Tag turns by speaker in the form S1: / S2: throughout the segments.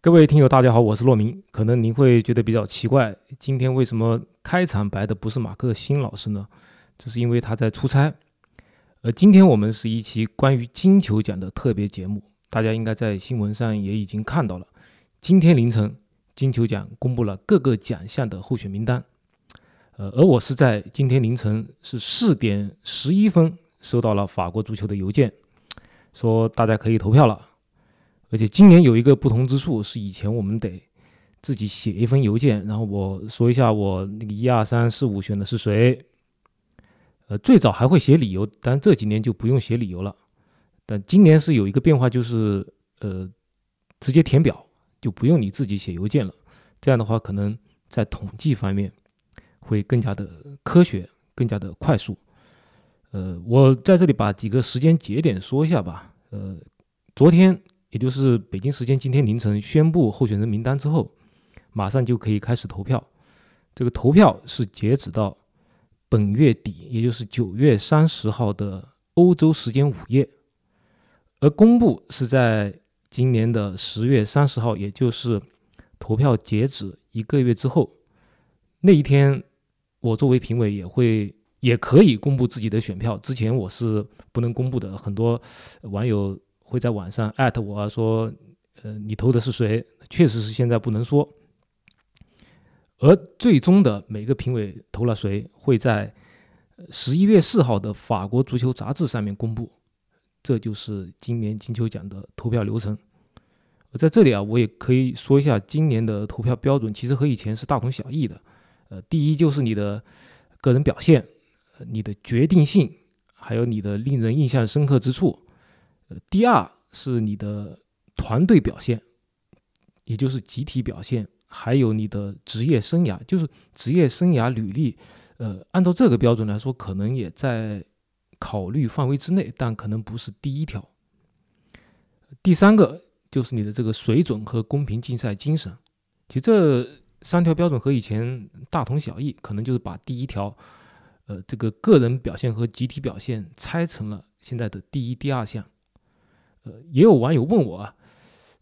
S1: 各位听友，大家好，我是骆明。可能您会觉得比较奇怪，今天为什么开场白的不是马克新老师呢？这是因为他在出差。呃，今天我们是一期关于金球奖的特别节目，大家应该在新闻上也已经看到了。今天凌晨，金球奖公布了各个奖项的候选名单。呃，而我是在今天凌晨是四点十一分收到了法国足球的邮件，说大家可以投票了。而且今年有一个不同之处是，以前我们得自己写一封邮件，然后我说一下我那个一二三四五选的是谁。呃，最早还会写理由，但这几年就不用写理由了。但今年是有一个变化，就是呃，直接填表，就不用你自己写邮件了。这样的话，可能在统计方面会更加的科学，更加的快速。呃，我在这里把几个时间节点说一下吧。呃，昨天。也就是北京时间今天凌晨宣布候选人名单之后，马上就可以开始投票。这个投票是截止到本月底，也就是九月三十号的欧洲时间午夜，而公布是在今年的十月三十号，也就是投票截止一个月之后那一天，我作为评委也会。也可以公布自己的选票，之前我是不能公布的。很多网友。会在晚上艾特我、啊、说，呃，你投的是谁？确实是现在不能说。而最终的每个评委投了谁，会在十一月四号的法国足球杂志上面公布。这就是今年金球奖的投票流程。在这里啊，我也可以说一下今年的投票标准，其实和以前是大同小异的。呃，第一就是你的个人表现、呃、你的决定性，还有你的令人印象深刻之处。第二是你的团队表现，也就是集体表现，还有你的职业生涯，就是职业生涯履历。呃，按照这个标准来说，可能也在考虑范围之内，但可能不是第一条。第三个就是你的这个水准和公平竞赛精神。其实这三条标准和以前大同小异，可能就是把第一条，呃，这个个人表现和集体表现拆成了现在的第一、第二项。呃，也有网友问我啊，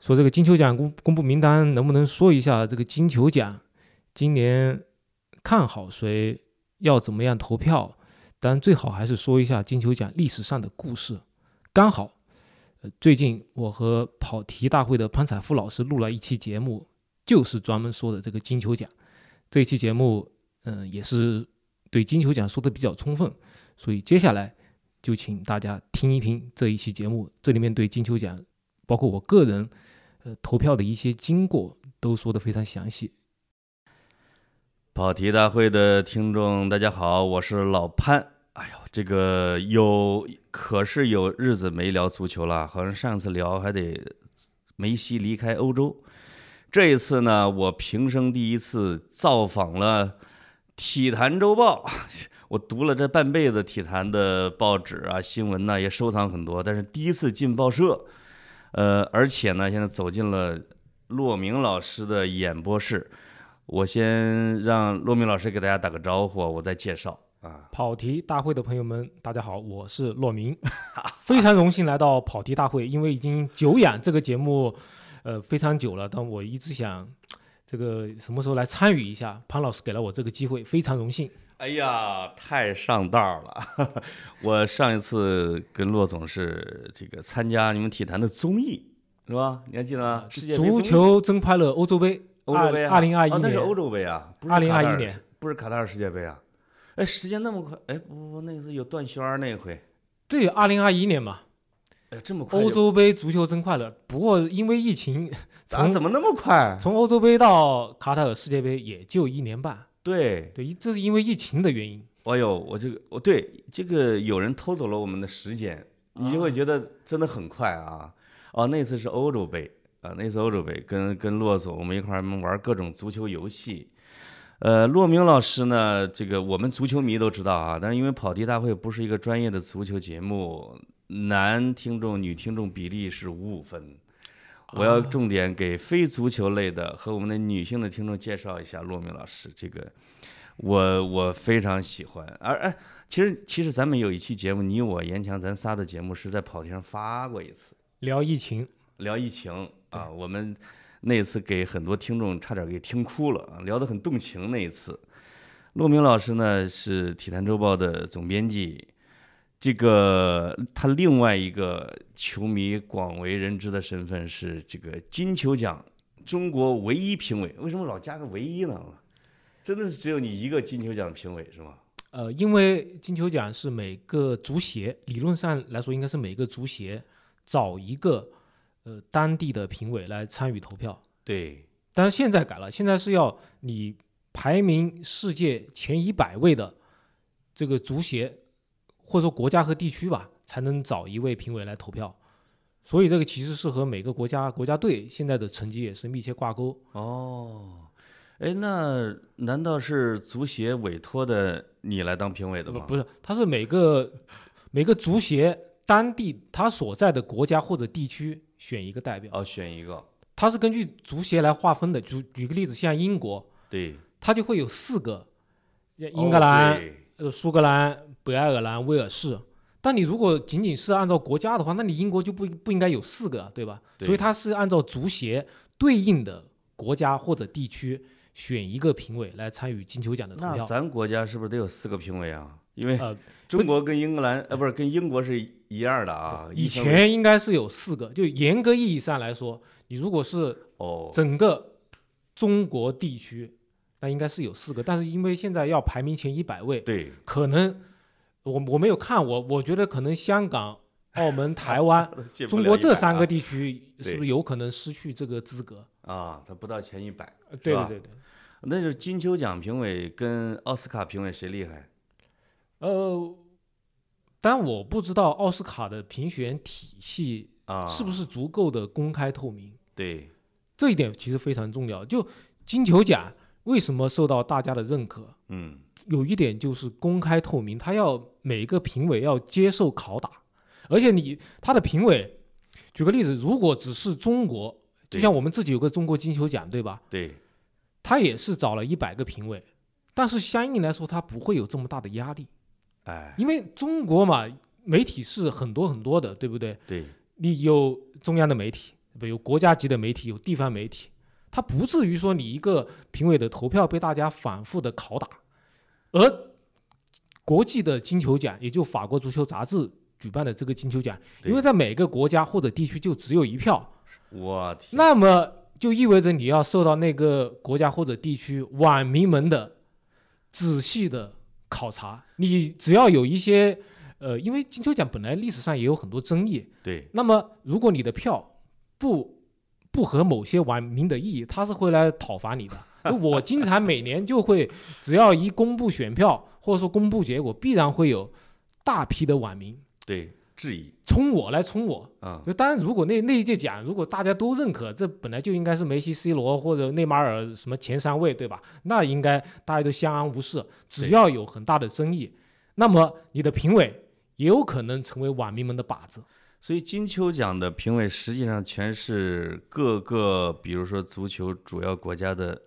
S1: 说这个金球奖公公布名单能不能说一下这个金球奖今年看好谁，要怎么样投票？当然最好还是说一下金球奖历史上的故事。刚好，呃，最近我和跑题大会的潘采夫老师录了一期节目，就是专门说的这个金球奖。这一期节目，嗯、呃，也是对金球奖说的比较充分，所以接下来。就请大家听一听这一期节目，这里面对金球奖，包括我个人，呃，投票的一些经过都说的非常详细。
S2: 跑题大会的听众，大家好，我是老潘。哎呦，这个有可是有日子没聊足球了，好像上次聊还得梅西离开欧洲，这一次呢，我平生第一次造访了《体坛周报》。 我读了这半辈子体坛的报纸啊、新闻呢、啊，也收藏很多，但是第一次进报社，呃，而且呢，现在走进了骆明老师的演播室。我先让骆明老师给大家打个招呼，我再介绍啊。
S1: 跑题大会的朋友们，大家好，我是骆明，非常荣幸来到跑题大会，因为已经久仰这个节目，呃，非常久了，但我一直想这个什么时候来参与一下，潘老师给了我这个机会，非常荣幸。
S2: 哎呀，太上道了！ 我上一次跟骆总是这个参加你们体坛的综艺，是吧？你还记得吗？世界
S1: 啊足球真快乐欧洲杯，
S2: 欧洲杯啊
S1: 二零二一年、哦，
S2: 那是欧洲杯啊，
S1: 二零二一年
S2: 不是卡塔尔世界杯啊？哎，时间那么快，哎，不不，那次有断弦儿那回，
S1: 对，二零二一年嘛。
S2: 哎，这么快！
S1: 欧洲杯足球真快乐。不过因为疫情，
S2: 咱啊怎么那么快？
S1: 从欧洲杯到卡塔尔世界杯也就一年半。
S2: 对
S1: 对，这是因为疫情的原因。
S2: 哎呦，我这个，我对这个有人偷走了我们的时间，你就会觉得真的很快啊！哦、啊啊，那次是欧洲杯啊，那次欧洲杯跟跟骆总我们一块儿玩各种足球游戏。呃，骆明老师呢，这个我们足球迷都知道啊，但是因为跑题大会不是一个专业的足球节目，男听众女听众比例是五五分。我要重点给非足球类的和我们的女性的听众介绍一下骆明老师。这个我我非常喜欢，而哎，其实其实咱们有一期节目，你我严强咱仨的节目是在跑题上发过一次，
S1: 聊疫情，
S2: 聊疫情啊。我们那一次给很多听众差点给听哭了，啊聊得很动情那一次。骆明老师呢是《体坛周报》的总编辑，这个他另外一个球迷广为人知的身份是这个金球奖中国唯一评委。为什么老加个“唯一”呢？真的是只有你一个金球奖评委是吗？
S1: 呃，因为金球奖是每个足协理论上来说应该是每个足协找一个呃当地的评委来参与投票，
S2: 对，
S1: 但是现在改了，现在是要你排名世界前一百位的这个足协或者说国家和地区吧，才能找一位评委来投票。所以这个其实是和每个国家国家队现在的成绩也是密切挂钩。
S2: 哦，哎，那难道是足协委托的你来当评委的
S1: 呃不
S2: 吗？
S1: 不是，它是每个 每个足协当地他所在的国家或者地区选一个代表，
S2: 哦，选一个，
S1: 它是根据足协来划分的。举举个例子，像英国，
S2: 对，
S1: 它就会有四个，像英
S2: 哦
S1: 格兰、
S2: 对
S1: 呃苏格兰、北爱尔兰、威尔士。但你如果仅仅是按照国家的话，那你英国就不不应该有四个，对吧？
S2: 对
S1: 所以它是按照足协对应的国家或者地区选一个评委来参与金球奖的投
S2: 那
S1: 票。
S2: 咱国家是不是得有四个评委啊？因为
S1: 呃
S2: 中国跟英格兰呃不是跟英国是一样的啊。
S1: 以
S2: 一分为
S1: 前应该是有四个，就严格意义上来说，你如果是
S2: 哦
S1: 整个中国地区，那应该是有四个，但是因为现在要排名前一百位，
S2: 对，、
S1: 可能我我没有看，我我觉得可能香港、澳门、台湾
S2: 他 进不
S1: 中
S2: 了
S1: 国
S2: 100
S1: 这三
S2: 啊
S1: 个地区是不
S2: 对
S1: 是有可能失去这个资格？
S2: 啊，他不到前一百，
S1: 呃对
S2: 是吧
S1: 对对对。
S2: 那就是金球奖评委跟奥斯卡评委谁厉害？
S1: 呃，但我不知道奥斯卡的评选体系
S2: 啊，
S1: 是不
S2: 是？
S1: 是足够的公开透明。
S2: 对，
S1: 这一点其实非常重要。就金球奖为什么受到大家的认可，
S2: 嗯，
S1: 有一点就是公开透明，他要每个评委要接受拷打，而且你他的评委，举个例子，如果只是中国，
S2: 对
S1: 就像我们自己有个中国金球奖，对吧？
S2: 对，
S1: 他也是找了一百个评委，但是相应来说，他不会有这么大的压力，
S2: 哎，
S1: 因为中国嘛，媒体是很多很多的，对不对？
S2: 对，
S1: 你有中央的媒体，不有国家级的媒体，有地方媒体，它不至于说你一个评委的投票被大家反复的拷打，而国际的金球奖，也就法国足球杂志举办的这个金球奖，
S2: 对
S1: 因为在每个国家或者地区就只有一票，
S2: 我天，
S1: 那么就意味着你要受到那个国家或者地区网民们的仔细的考察，你只要有一些。呃，因为金球奖本来历史上也有很多争议，
S2: 对，
S1: 那么如果你的票不不合某些网民的意，他是会来讨伐你的。我经常每年就会，只要一公布选票或者说公布结果，必然会有大批的网民
S2: 对，质疑
S1: 冲我来冲我。
S2: 啊，
S1: 就当然，如果那那一届奖，如果大家都认可，这本来就应该是梅西、C 罗或者内马尔什么前三位，对吧？那应该大家都相安无事。只要有很大的争议，那么你的评委也有可能成为网民们的靶子。
S2: 所以金球奖的评委实际上全是各个，比如说足球主要国家的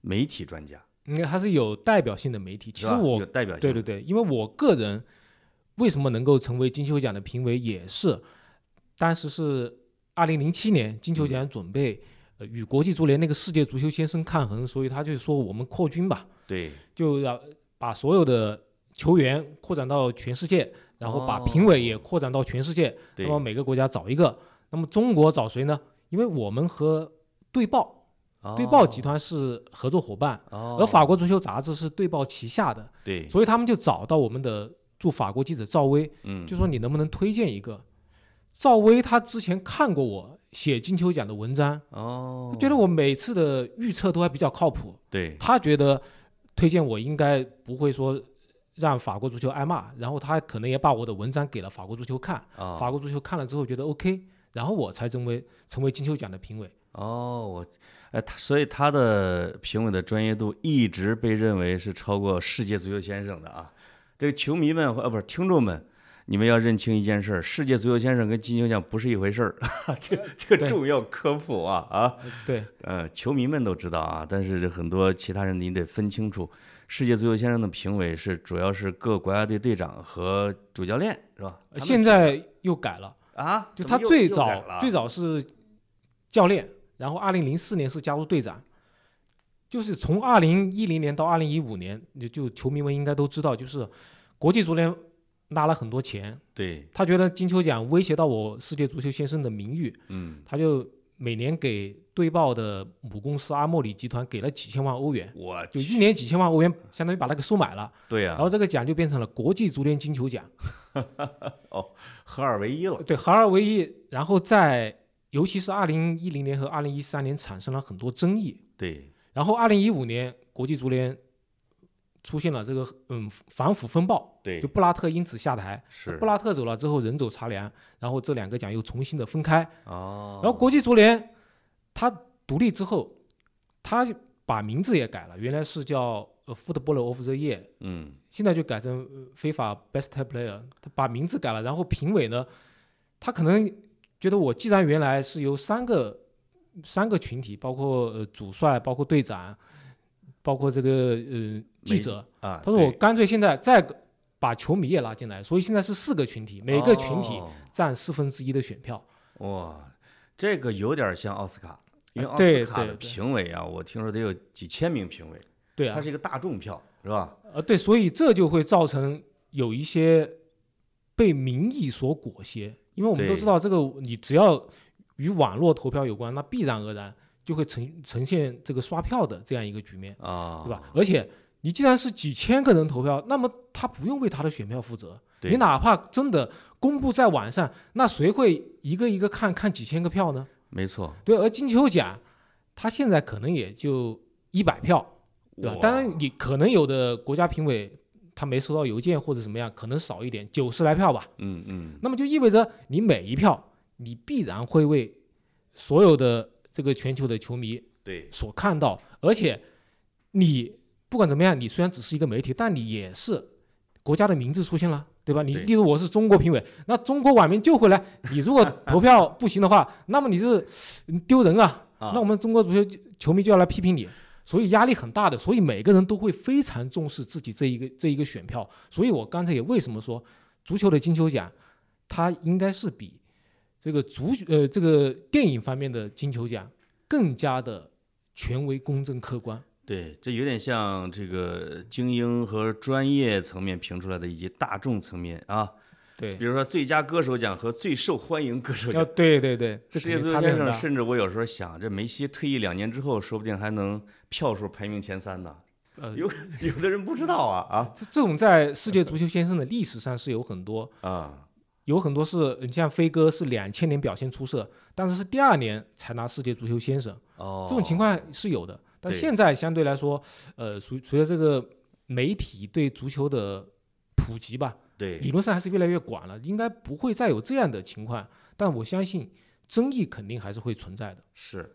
S2: 媒体专家，
S1: 应该还是有代表性的媒体。其
S2: 是
S1: 实
S2: 吧
S1: 我
S2: 有代表性，
S1: 对对对，因为我个人为什么能够成为金球奖的评委，也是当时是二零零七年金
S2: 嗯
S1: 球奖准备、呃与国际足联那个世界足球先生抗衡，所以他就说我们扩军吧，
S2: 对
S1: 就要把所有的球员扩展到全世界，然后把评委也扩展到全世界，
S2: 哦对
S1: 那么每个国家找一个。那么中国找谁呢？因为我们和对报、对报集团是合作伙伴，
S2: 哦，
S1: 而法国足球杂志是对报旗下的，
S2: 对，
S1: 所以他们就找到我们的驻法国记者赵薇，
S2: 嗯，
S1: 就说你能不能推荐一个？赵薇她之前看过我写金球奖的文章，
S2: 哦
S1: 她，觉得我每次的预测都还比较靠谱，
S2: 对
S1: 她觉得推荐我应该不会说让法国足球挨骂，然后她可能也把我的文章给了法国足球看，
S2: 啊，
S1: 法国足球看了之后觉得 OK，然后我才成为成为金球奖的评委。
S2: 哦，我，哎，他所以他的评委的专业度一直被认为是超过世界足球先生的啊。这个球迷们呃，不是听众们，你们要认清一件事儿：世界足球先生跟金球奖不是一回事儿， 这个这个
S1: 对
S2: 重要科普啊啊！
S1: 呃对，
S2: 呃，球迷们都知道啊，但是这很多其他人你得分清楚，世界足球先生的评委是主要是各国家队队长和主教练是吧？他
S1: 呃
S2: 们
S1: 现在又改了。
S2: 啊，
S1: 就
S2: 怎
S1: 他
S2: 么又
S1: 最
S2: 又改
S1: 早
S2: 了啊
S1: 最早是教练，然后二零零四年是加入队长，就是从二零一零年到二零一五年，就就球迷们应该都知道，就是国际足联拉了很多钱，
S2: 对，
S1: 他觉得金球奖威胁到我世界足球先生的名誉，
S2: 嗯，
S1: 他就每年给队报的母公司阿莫里集团给了几千万欧元，
S2: 我
S1: 就
S2: 去，
S1: 一年几千万欧元，相当于把那个收买了，
S2: 对啊呀、
S1: 然后这个奖就变成了国际足联金球奖。
S2: 合二为一了，
S1: 对，合二为一，然后在尤其是二零一零年和二零一三年产生了很多争议，
S2: 对，
S1: 然后二零一五年国际足联出现了这个嗯反腐风暴，
S2: 对
S1: 就，布拉特因此下台，
S2: 是
S1: 布拉特走了之后人走茶凉，然后这两个奖又重新的分开，
S2: 哦，
S1: 然后国际足联它独立之后，它就把名字也改了，原来是叫呃 Football of the Year，
S2: 嗯，
S1: 现在就改成呃非法 Best Player，他把名字改了，然后评委呢，他可能觉得我既然原来是由三个三个群体，包括呃主帅，包括队长，包括这个呃记者，
S2: 啊，
S1: 他说我
S2: 对
S1: 干脆现在再把球迷也拉进来，所以现在是四个群体，每个群体
S2: 哦
S1: 占四分之一的选票。
S2: 哇，这个有点像奥斯卡，因为
S1: 呃
S2: 奥
S1: 对
S2: 斯卡
S1: 对
S2: 的
S1: 对
S2: 评委啊，我听说得有几千名评委，
S1: 对
S2: 它
S1: 啊
S2: 是，一个大众票，是吧？
S1: 呃对，所以这就会造成有一些被民意所裹挟，因为我们都
S2: 对
S1: 知道这个，你只要与网络投票有关，那必然而然就会呈呈现这个刷票的这样一个局面，
S2: 啊，
S1: 对吧？？而且你既然是几千个人投票，那么他不用为他的选票负责，
S2: 对
S1: 你哪怕真的公布在网上，那谁会一个一个看看几千个票呢？
S2: 没错，
S1: 对，而金球奖，他现在可能也就一百票。对吧
S2: 哇？
S1: 当然，你可能有的国家评委他没收到邮件或者怎么样，可能少一点，九十来票吧。
S2: 嗯嗯，
S1: 那么就意味着你每一票，你必然会为所有的这个全球的球迷
S2: 对，
S1: 所看到，而且你不管怎么样，你虽然只是一个媒体，但你也是国家的名字出现了。对吧？你
S2: 对
S1: 例如我是中国评委，那中国网民就会来。你如果投票不行的话，那么你就是嗯丢人啊！
S2: 啊
S1: 那我们中国足球球迷就要来批评你，所以压力很大的，所以每个人都会非常重视自己这一个这一个选票。所以我刚才也为什么说足球的金球奖，它应该是比这个足呃这个电影方面的金球奖更加的权威、公正、客观。
S2: 对，这有点像这个精英和专业层面评出来的，以及大众层面啊，
S1: 对
S2: 比，如说最佳歌手奖和最受欢迎歌手
S1: 啊，
S2: 奖。
S1: 对对对，这
S2: 世界
S1: 肯
S2: 足
S1: 定差
S2: 球
S1: 别
S2: 先
S1: 很
S2: 生，
S1: 大。
S2: 甚至我有时候想，这梅西退役两年之后，说不定还能票数排名前三呢。
S1: 呃，
S2: 有有的人不知道啊
S1: 这这种在世界足球先生的历史上是有很多，
S2: 啊啊！
S1: 有很多是你像飞哥是两千年表现出色，但是是第二年才拿世界足球先生。
S2: 哦，
S1: 这种情况是有的，但
S2: 对
S1: 现在相对来说，呃，随随着这个媒体对足球的普及吧，
S2: 对
S1: 理论上还是越来越广了，应该不会再有这样的情况。但我相信争议肯定还是会存在的。
S2: 是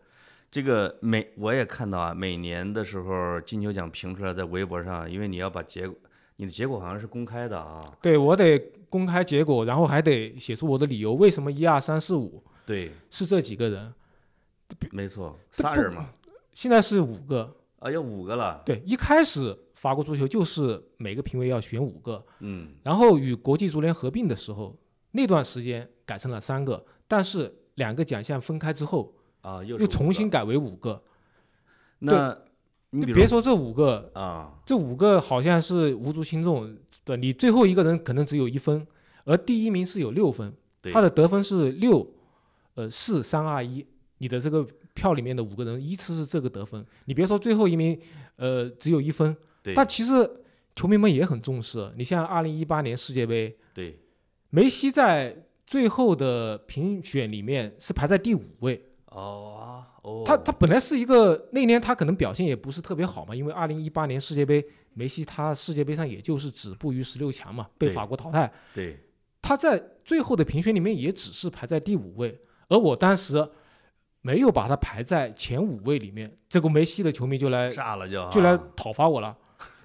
S2: 这个每我也看到啊，每年的时候金球奖评出来在微博上，因为你要把结果，你的结果好像是公开的啊。
S1: 对我得公开结果，然后还得写出我的理由，为什么一二三四五
S2: 对，
S1: 是这几个人？
S2: 没错，
S1: 这
S2: 仨
S1: 不
S2: 人嘛，
S1: 现在是五个。
S2: 啊，要五个了。
S1: 对，一开始法国足球就是每个评委要选五个，
S2: 嗯，
S1: 然后与国际足联合并的时候，那段时间改成了三个，但是两个奖项分开之后，
S2: 啊，又
S1: 又
S2: 是五
S1: 重
S2: 个
S1: 新改为五个。
S2: 那，你比
S1: 就
S2: 如
S1: 别说
S2: 说
S1: 这五个，
S2: 啊，
S1: 这五个好像是无足轻重，对你最后一个人可能只有一分，而第一名是有六分，
S2: 对
S1: 他的得分是六，呃四三二一，你的这个票里面的五个人依次是这个得分。你别说最后一名，呃只有一分
S2: 对，
S1: 但其实球迷们也很重视。啊你像二零一八年世界杯。
S2: 对，
S1: 梅西在最后的评选里面是排在第五位，
S2: 哦啊哦，
S1: 他他本来是一个那年他可能表现也不是特别好嘛，因为二零一八年世界杯，梅西他世界杯上也就是止步于十六强嘛，被
S2: 对
S1: 法国淘汰，
S2: 对
S1: 他在最后的评选里面也只是排在第五位，而我当时没有把他排在前五位里面，结果梅西的球迷就来
S2: 炸了就
S1: 呃就来
S2: 啊
S1: 讨伐我了。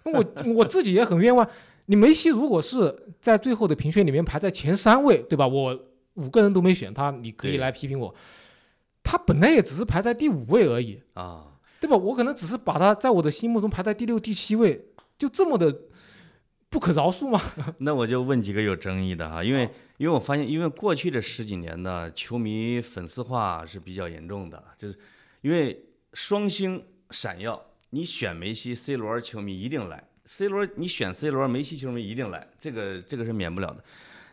S1: 那我我自己也很冤枉。你梅西如果是在最后的评选里面排在前三位，对吧？我五个人都没选他，你可以
S2: 对
S1: 来批评我。他本来也只是排在第五位而已，
S2: 啊，
S1: 对吧？我可能只是把他在我的心目中排在第六、第七位，就这么的不可饶恕吗？
S2: 那我就问几个有争议的哈，因为因为我发现，因为过去这十几年呢，球迷粉丝化是比较严重的，就是因为双星闪耀，你选梅西、C 罗球迷一定来，C 罗你选 C 罗，梅西球迷一定来，这个这个是免不了的。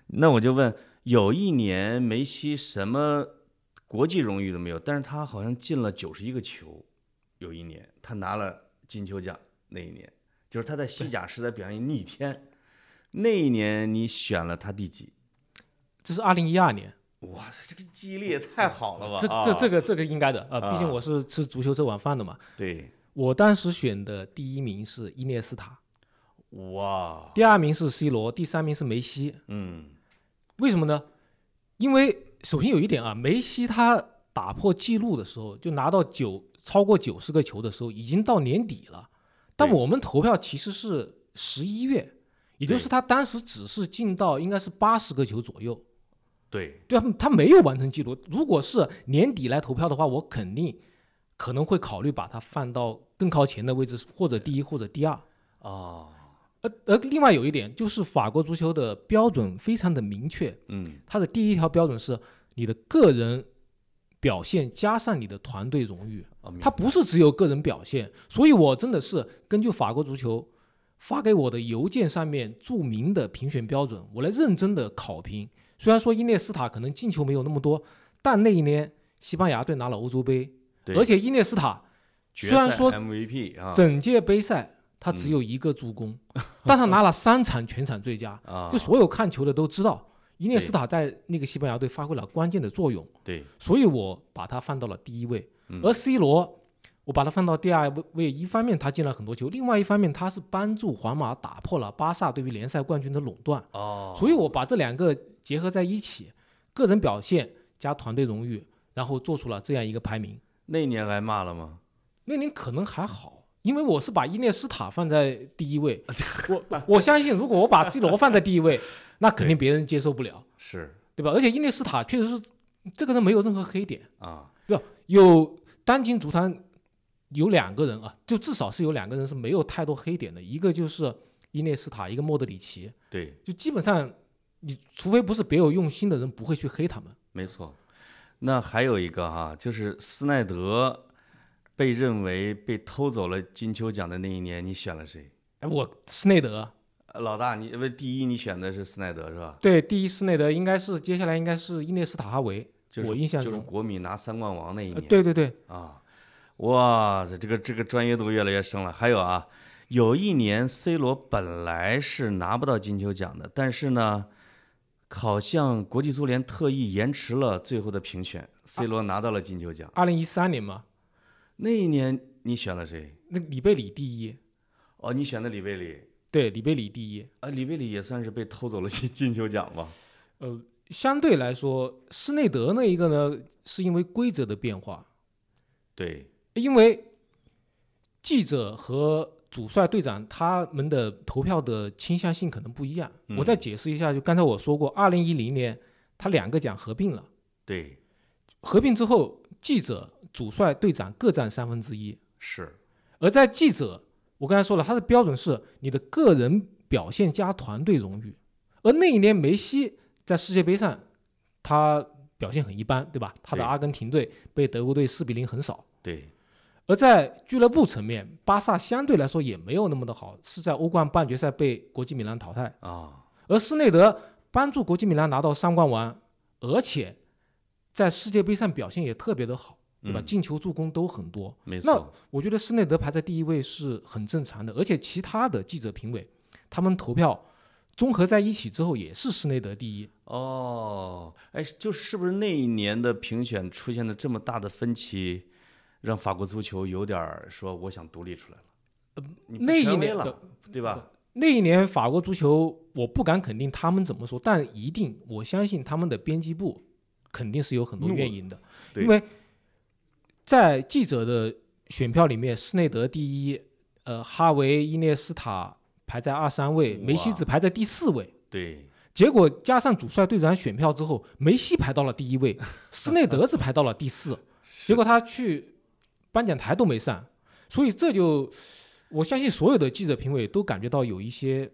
S2: 那我就问，有一年梅西什么国际荣誉都没有，但是他好像进了九十一个球，有一年他拿了金球奖，那一年就是他在西甲时代表现逆天，那一年你选了他第几？
S1: 这是二零一二年，
S2: 哇塞，这个记忆力也太好了吧！
S1: 这这
S2: 啊
S1: 这个这个应该的，呃，毕竟
S2: 啊
S1: 我是吃足球这碗饭的嘛。
S2: 对，
S1: 我当时选的第一名是伊涅斯塔，
S2: 哇，
S1: 第二名是 C 罗，第三名是梅西。
S2: 嗯，
S1: 为什么呢？因为首先有一点啊，梅西他打破纪录的时候，就拿到九超过九十个球的时候，已经到年底了。但
S2: 对
S1: 我们投票其实是十一月，也就是
S2: 对
S1: 他当时只是进到应该是八十个球左右。
S2: 对，
S1: 对啊，他没有完成记录。如果是年底来投票的话，我肯定可能会考虑把它放到更靠前的位置，或者第一或者第二。
S2: 哦，
S1: 而而另外有一点就是，法国足球的标准非常的明确，
S2: 嗯，
S1: 它的第一条标准是你的个人表现加上你的团队荣誉，
S2: 哦明
S1: 它不是只有个人表现。所以我真的是根据法国足球发给我的邮件上面注明的评选标准，我来认真的考评。虽然说伊涅斯塔可能进球没有那么多，但那一年西班牙队拿了欧洲杯，
S2: 对
S1: 而且伊涅斯塔
S2: 决
S1: 虽然
S2: 赛
S1: 说
S2: MVP 啊嗯
S1: 整届杯赛他只有一个助攻，但他拿了三场全场最佳。
S2: 啊，
S1: 就所有看球的都知道，伊涅斯塔在那个西班牙队发挥了关键的作用，
S2: 对，
S1: 所以我把他放到了第一位。
S2: 嗯
S1: 而 C 罗，我把他放到第二位，一方面他进了很多球，另外一方面他是帮助皇马打破了巴萨对于联赛冠军的垄断，
S2: 哦，
S1: 所以我把这两个结合在一起，个人表现加团队荣誉，然后做出了这样一个排名。
S2: 那年挨骂了吗？
S1: 那年可能还好，因为我是把伊涅斯塔放在第一 位，我我相信如果我把 C 罗放在第一位，那肯定别人接受不了。
S2: 是
S1: 对吧？而且伊涅斯塔确实是这个人没有任何黑点，
S2: 啊，
S1: 对吧？有当今足坛有两个人啊，就至少是有两个人是没有太多黑点的，一个就是伊涅斯塔，一个莫德里奇，
S2: 对，
S1: 就基本上你除非不是别有用心的人，不会去黑他们。
S2: 没错。那还有一个哈、就是斯奈德被认为被偷走了金球奖的那一年，你选了谁？
S1: 哎，我斯内德啊
S2: 呃老大，你不第一你选的是斯奈德是吧？
S1: 对第一斯内德应该是接下来应该是伊涅斯塔哈维，
S2: 就是
S1: 我印象
S2: 就是
S1: 中，
S2: 国米拿三冠王那一
S1: 呃
S2: 年。
S1: 对对对，
S2: 啊，哇塞，这个这个专业度越来越深了。还有啊，有一年 C 罗本来是拿不到金球奖的，但是呢，好像国际足联特意延迟了最后的评选，C 罗拿到了金球奖。
S1: 二零一三年嘛，
S2: 那一年你选了谁？
S1: 那里贝里第一，
S2: 哦，你选的里贝里。
S1: 对，里贝里第一，
S2: 啊，里贝里也算是被偷走了金 金球奖吧？
S1: 呃，相对来说，施内德那一个呢，是因为规则的变化，
S2: 对，
S1: 因为记者和主帅队长他们的投票的倾向性可能不一样。
S2: 嗯
S1: 我再解释一下，就刚才我说过，二零一零年他两个奖合并了，
S2: 对，
S1: 合并之后，记者、主帅、队长各占三分之一，
S2: 是，
S1: 而在记者，我刚才说了，他的标准是你的个人表现加团队荣誉。而那一年梅西在世界杯上，他表现很一般，对吧？他的
S2: 对
S1: 阿根廷队被德国队四比零横扫。
S2: 对，
S1: 而在俱乐部层面，巴萨相对来说也没有那么的好，是在欧冠半决赛被国际米兰淘汰。
S2: 啊，
S1: 而施内德帮助国际米兰拿到三冠王，而且在世界杯上表现也特别的好，对吧？
S2: 嗯
S1: 进球、助攻都很多。
S2: 没
S1: 那
S2: 错，
S1: 我觉得施内德排在第一位是很正常的，而且其他的记者评委他们投票综合在一起之后，也是施内德第一。
S2: 哦，哎，就是不是那一年的评选出现了这么大的分歧，让法国足球有点儿说我想独立出来了，你不
S1: 呃那一
S2: 权威
S1: 年
S2: 了
S1: 的，
S2: 对吧？
S1: 那一年法国足球，我不敢肯定他们怎么说，但一定我相信他们的编辑部肯定是有很多
S2: 怒了
S1: 原因的，
S2: 对
S1: 因为在记者的选票里面，施内德第一，呃，哈维、伊涅斯塔排在二三位，梅西
S2: 哇
S1: 只排在第四位。
S2: 对，
S1: 结果加上主帅队长选票之后，梅西排到了第一 位，施内德只排到了第四，结果他去颁奖台都没上，所以这就我相信所有的记者评委都感觉到有一些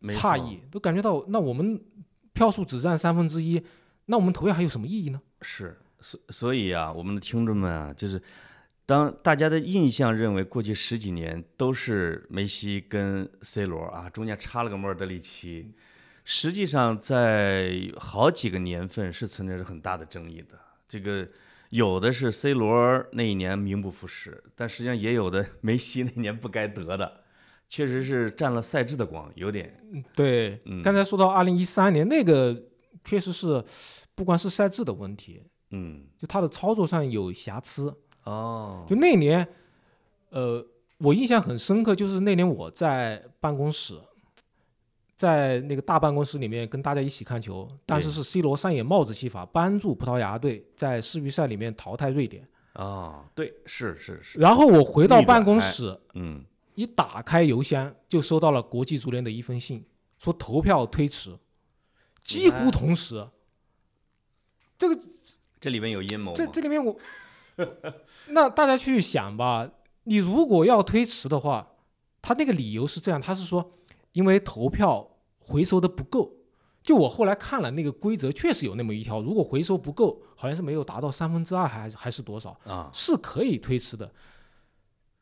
S2: 没
S1: 诧
S2: 错
S1: 异，都感觉到那我们票数只占三分之一，那我们投票还有什么意义呢？
S2: 是，所所以啊，我们的听众们啊，就是当大家的印象认为过去十几年都是梅西跟 C 罗啊，中间插了个莫尔德里奇，实际上在好几个年份是存在着很大的争议的。这个有的是 C 罗那一年名不副实，但实际上也有的梅西那年不该得的，确实是占了赛制的光，有点
S1: 对，
S2: 嗯
S1: 刚才说到二零一三年那个，确实是不光是赛制的问题，
S2: 嗯
S1: 就他的操作上有瑕疵。
S2: 哦
S1: 就那年，呃，我印象很深刻，就是那年我在办公室，在那个大办公室里面跟大家一起看球，但是
S2: 对
S1: 是 C 罗上演帽子戏法，帮助葡萄牙队在世预赛里面淘汰瑞典。
S2: 哦，对，是是是，
S1: 然后我回到
S2: 逆转
S1: 办公
S2: 还
S1: 室，
S2: 嗯
S1: 一打开邮箱就收到了国际足联的一封信，说投票推迟，几乎同时。
S2: 这里面有阴谋
S1: 这
S2: 吗？
S1: 这里面我，那大家去想吧，你如果要推迟的话，他那个理由是这样，他是说因为投票回收的不够。就我后来看了那个规则，确实有那么一条，如果回收不够，好像是没有达到三分之二，还还是多少，
S2: 啊，
S1: 是可以推迟的。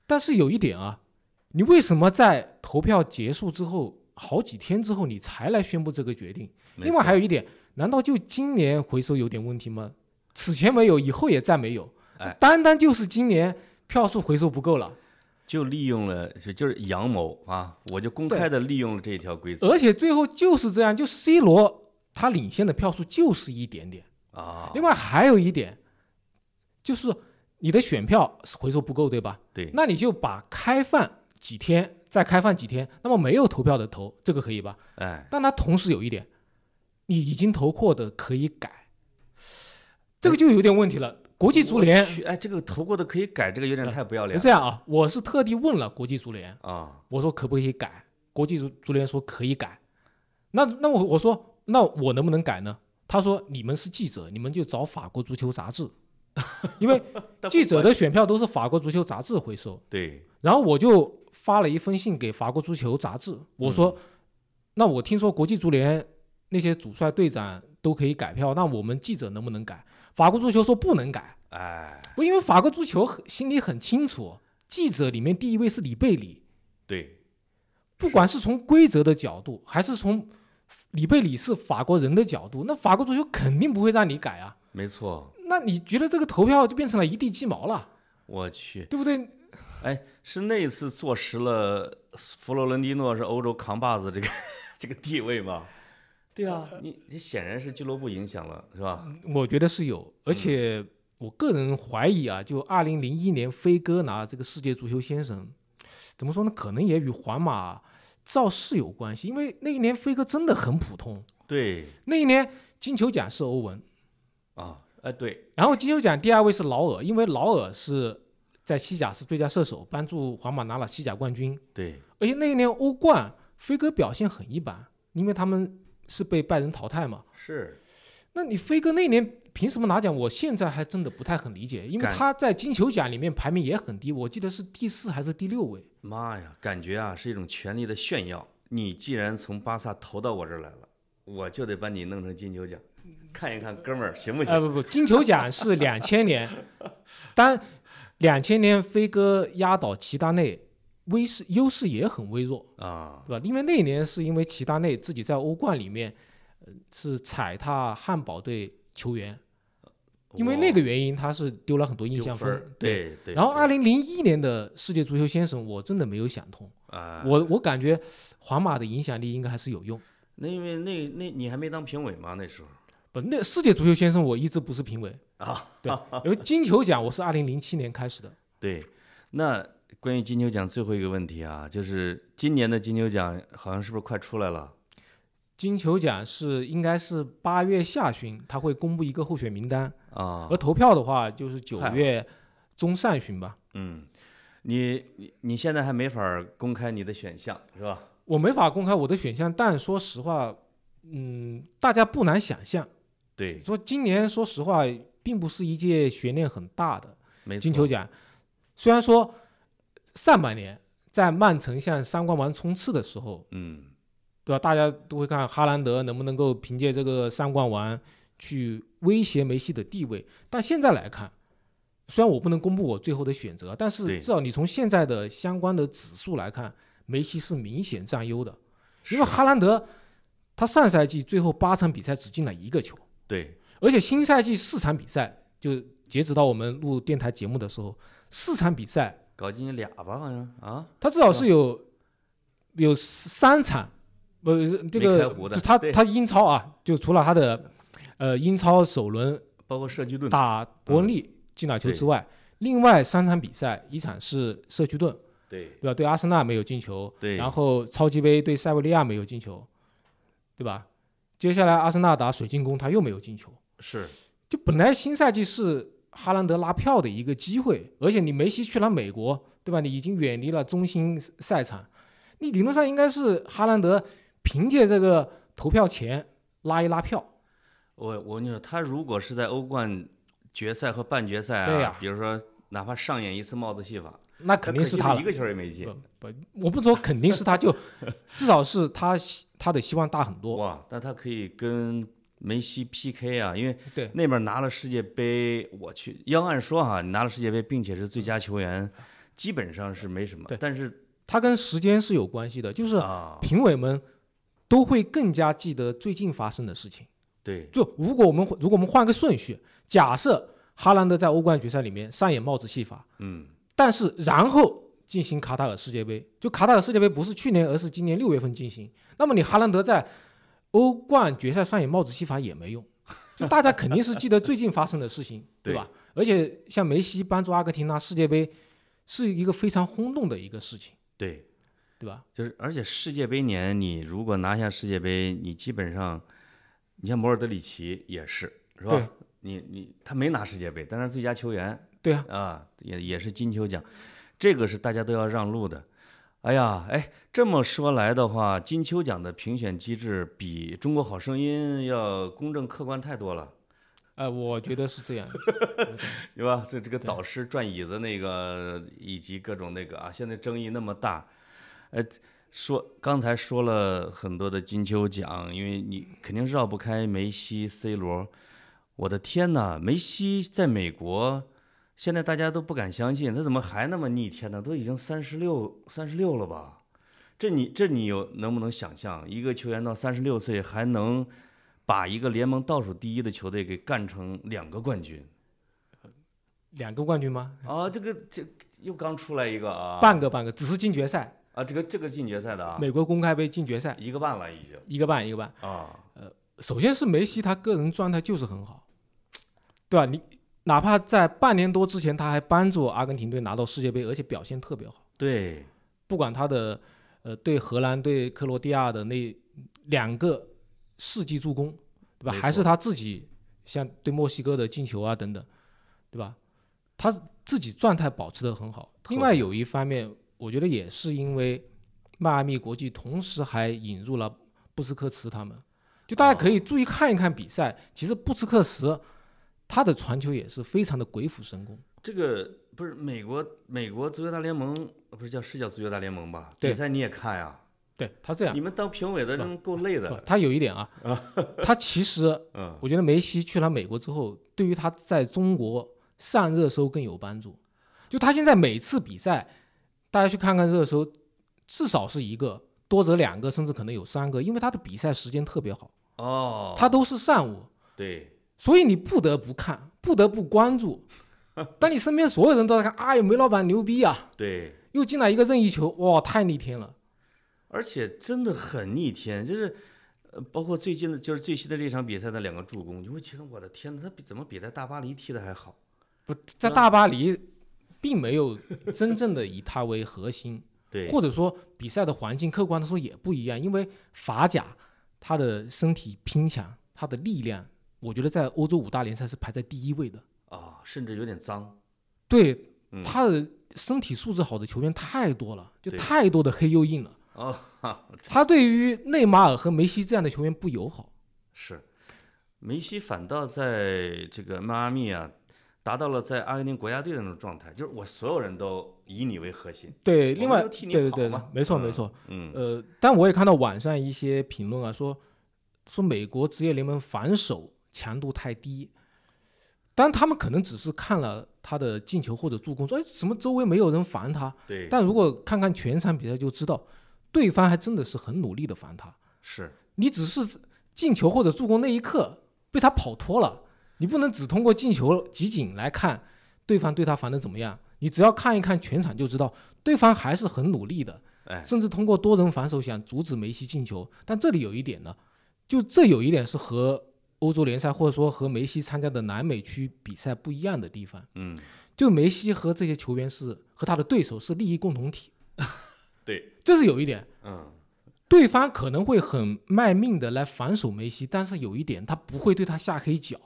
S1: 但是有一点啊，你为什么在投票结束之后好几天之后你才来宣布这个决定？
S2: 没
S1: 另外
S2: 错
S1: 还有一点，难道就今年回收有点问题吗？此前没有，以后也再没有。
S2: 哎
S1: 单单就是今年票数回收不够了，
S2: 就利用了，就就是阳谋啊，我就公开的利用了这一条规则
S1: 而且最后就是这样，就 C 罗他领先的票数就是一点点。
S2: 啊。
S1: 呃另外还有一点，就是你的选票回收不够，对吧？
S2: 对，
S1: 那你就把开放几天，再开放几天，那么没有投票的投，这个可以吧？
S2: 哎，
S1: 但它同时有一点，你已经投过的可以改，这个就有点问题了。国际足联
S2: 我去哎，这个投过的可以改，这个有点太不要脸
S1: 是这样啊，我是特地问了国际足联，
S2: 啊。
S1: 我说可不可以改？国际足足联说可以改。那那我我说那我能不能改呢？他说你们是记者，你们就找法国足球杂志，因为记者的选票都是法国足球杂志回收。
S2: 对，
S1: 然后我就发了一封信给法国足球杂志，我说，那我听说国际足联那些主帅队长都可以改票，那我们记者能不能改？法国足球说不能改，
S2: 哎，
S1: 不因为法国足球很心里很清楚，记者里面第一位是里贝里，
S2: 对，
S1: 不管是从规则的角度，还是从里贝里是法国人的角度，那法国足球肯定不会让你改啊。
S2: 没错。
S1: 那你觉得这个投票就变成了一地鸡毛了，
S2: 我去，
S1: 对不对？
S2: 哎，是那一次坐实了佛罗伦蒂诺是欧洲扛把子这个 这个地位吗？对啊，
S1: 呃
S2: 你你显然是俱乐部影响了，是吧？
S1: 我觉得是有，而且我个人怀疑啊，就二零零一年飞哥拿这个世界足球先生，怎么说呢？可能也与皇马造势有关系，因为那一年飞哥真的很普通。
S2: 对
S1: 那一年金球奖是欧文，
S2: 啊，哎对，
S1: 然后金球奖第二位是劳尔，因为劳尔是在西甲是最佳射手，帮助皇马拿了西甲冠军。
S2: 对
S1: 而且那一年欧冠，飞哥表现很一般，因为他们是被拜仁淘汰嘛。
S2: 是，
S1: 那你飞哥那年凭什么拿奖？我现在还真的不太很理解，因为
S2: 感
S1: 他在金球奖里面排名也很低，我记得是第四还是第六位。
S2: 妈呀，感觉啊是一种权力的炫耀。你既然从巴萨投到我这儿来了，我就得把你弄成金球奖，看一看哥们儿行不行？
S1: 呃，不不，金球奖是两千年，当两千年飞哥压倒齐达内，威势优势也很微弱，
S2: 啊，
S1: 对吧？因为那一年是因为齐达内自己在欧冠里面，呃，是踩踏汉堡队球员，因为那个
S2: 哇
S1: 原因他是丢了很多印
S2: 丢
S1: 象
S2: 分
S1: 分
S2: 儿。对对。
S1: 然后
S2: 对
S1: 二零零一年的世界足球先生，我真的没有想通。
S2: 啊，
S1: 我我感觉皇马的影响力应该还是有用。
S2: 那因为那那你还没当评委吗？那时候
S1: 不，那世界足球先生我一直不是评委
S2: 啊，
S1: 对，因为金球奖我是二零零七年开始的，
S2: 对，那关于金球奖最后一个问题啊，就是今年的金球奖好像是不是快出来了？
S1: 金球奖是应该是八月下旬他会公布一个候选名单，
S2: 啊
S1: 而，投票的话就是九
S2: 快了
S1: 月中上旬吧。
S2: 嗯，你你你现在还没法儿公开你的选项是吧？
S1: 我没法公开我的选项，但说实话，嗯，大家不难想象，
S2: 对，
S1: 说今年说实话并不是一届悬念很大的。
S2: 没错。
S1: 金球奖，虽然说上半年在曼城向三冠王冲刺的时候，
S2: 嗯，
S1: 对吧？大家都会看哈兰德能不能够凭借这个三冠王去威胁梅西的地位，但现在来看，虽然我不能公布我最后的选择，但是
S2: 对
S1: 至少你从现在的相关的指数来看，梅西是明显占优的，因为
S2: 是
S1: 哈兰德他上赛季最后八场比赛只进了一个球，
S2: 对
S1: 而且新赛季四场比赛就截止到我们录电台节目的时候，四场比赛
S2: 搞进俩吧，好像啊，
S1: 他至少是有有三场，不是这
S2: 没
S1: 个
S2: 开胡的
S1: 他
S2: 对
S1: 他英超啊，就除了他的呃英超首轮
S2: 包括射击盾，
S1: 打伯恩利进了球
S2: 嗯对
S1: 之外，另外三场比赛，一场是社区盾，
S2: 对
S1: 对吧？对阿森纳没有进球，
S2: 对
S1: 然后超级杯对塞维利亚没有进球，对吧？接下来阿森纳打水晶宫，他又没有进球。
S2: 是
S1: 就本来新赛季是哈兰德拉票的一个机会，而且你梅西去了美国，对吧？你已经远离了中心赛场，你理论上应该是哈兰德凭借这个投票权拉一拉票。
S2: 我我跟你说，他如果是在欧冠决赛和半决赛啊，
S1: 对呀
S2: 比如说哪怕上演一次帽子戏法，
S1: 那肯定
S2: 可
S1: 是
S2: 惜
S1: 他了
S2: 一，个球也没进。
S1: 不不，我不说肯定是他，就至少是他希他的希望大很多。
S2: 哇，那他可以跟梅西 PK 啊，因为
S1: 对，
S2: 那边拿了世界杯，我去，要按说哈、你拿了世界杯，并且是最佳球员，基本上是没什么
S1: 对。
S2: 但是
S1: 他跟时间是有关系的，就是
S2: 啊，
S1: 评委们都会更加记得最近发生的事情。
S2: 对，
S1: 就如果我们如果我们换个顺序，假设哈兰德在欧冠决赛里面上演帽子戏法，
S2: 嗯，
S1: 但是然后进行卡塔尔世界杯，就卡塔尔世界杯不是去年，而是今年六月份进行。那么你哈兰德在欧冠决赛上演帽子戏法也没用，就大家肯定是记得最近发生的事情，对吧？而且像梅西帮助阿根廷拿世界杯，是一个非常轰动的一个事情，
S2: 对，
S1: 对吧？
S2: 就是而且世界杯年，你如果拿下世界杯，你基本上，你像摩尔德里奇也是，是
S1: 对
S2: 吧？你你他没拿世界杯，但是最佳球员，
S1: 对啊，
S2: 啊，也也是金球奖，这个是大家都要让路的。哎呀，哎，这么说来的话，金球奖的评选机制比《中国好声音》要公正客观太多了，
S1: 呃，我觉得是这样。
S2: 对吧？这这个
S1: 对
S2: 导师转椅子那个，以及各种那个啊，现在争议那么大，呃，说刚才说了很多的金球奖，因为你肯定绕不开梅西、C 罗。我的天呐，梅西在美国，现在大家都不敢相信，他怎么还那么逆天呢？都已经三十六、三十六了吧？这你这你有能不能想象，一个球员到三十六岁还能把一个联盟倒数第一的球队给干成两个冠军？
S1: 两个冠军吗？
S2: 啊，这个这又刚出来一个啊，
S1: 半个半个，只是进决赛，
S2: 啊，这个这个进决赛的啊，
S1: 美国公开杯进决赛，
S2: 一个半了已经
S1: 一个半一个半。
S2: 啊，
S1: 首先是梅西他个人状态就是很好，对吧？你哪怕在半年多之前，他还帮助阿根廷队拿到世界杯，而且表现特别好。
S2: 对，
S1: 不管他的呃对荷兰、对克罗地亚的那两个世纪助攻，对吧？
S2: 没错
S1: 还是他自己像对墨西哥的进球啊等等，对吧？他自己状态保持得很好。
S2: 特别
S1: 另外有一方面，我觉得也是因为迈阿密国际同时还引入了布斯科茨他
S2: 哦
S1: 们，就大家可以注意看一看比赛。其实布斯科茨他的传球也是非常的鬼斧神工。
S2: 这个不是美国美国足球大联盟，不是叫是叫足球大联盟吧？
S1: 对
S2: 比赛你也看呀，
S1: 对啊他这样
S2: 你，们当评委的
S1: 不
S2: 真够累
S1: 不
S2: 的，
S1: 他有一点 啊，他其实
S2: 嗯，
S1: 我觉得梅西去了美国之后，对于他在中国上热搜更有帮助。就他现在每次比赛，大家去看看热搜，至少是一个，多则两个，甚至可能有三个，因为他的比赛时间特别好，
S2: 哦，
S1: 他都是上午，
S2: 对
S1: 所以你不得不看，不得不关注。当你身边所有人都在看，哎呦，梅老板牛逼啊，
S2: 对，
S1: 又进来一个任意球，哇，太逆天了。
S2: 而且真的很逆天，就是。呃，包括最近的，就是最新的这场比赛的两个助攻，你会觉得我的天呐，他比怎么比在大巴黎踢的还好？
S1: 在大巴黎，并没有真正的以他为核心，
S2: 对，
S1: 或者说比赛的环境，客观的说也不一样，因为法甲他的身体拼抢，他的力量，我觉得在欧洲五大联赛是排在第一位的。
S2: 啊，甚至有点脏，
S1: 对
S2: 嗯，
S1: 他的身体素质好的球员太多了，就
S2: 对
S1: 太多的黑又硬了。
S2: 哦，
S1: 他对于内马尔和梅西这样的球员不友好。
S2: 是，梅西反倒在这个迈阿密啊，达到了在阿根廷国家队的那种状态，就是我所有人都以你为核心。
S1: 对，
S2: 我们
S1: 另外，
S2: 都
S1: 对
S2: 替你
S1: 对
S2: 跑
S1: 对
S2: 嘛，
S1: 没错
S2: 嗯
S1: 没错。
S2: 嗯，
S1: 呃，但我也看到网上一些评论啊，说说美国职业联盟防守强度太低，当然他们可能只是看了他的进球或者助攻，说哎，怎么周围没有人防他？
S2: 对，
S1: 但如果看看全场比赛就知道，对方还真的是很努力的防他。
S2: 是
S1: 你只是进球或者助攻那一刻被他跑脱了，你不能只通过进球集锦来看对方对他防的怎么样，你只要看一看全场就知道对方还是很努力的，
S2: 哎
S1: 甚至通过多人防守想阻止梅西进球。但这里有一点呢，就这有一点是和欧洲联赛或者说和梅西参加的南美区比赛不一样的地方，
S2: 嗯，
S1: 就梅西和这些球员是和他的对手是利益共同体，
S2: 对，
S1: 这是有一点。
S2: 嗯，
S1: 对方可能会很卖命的来防守梅西，但是有一点，他不会对他下黑脚。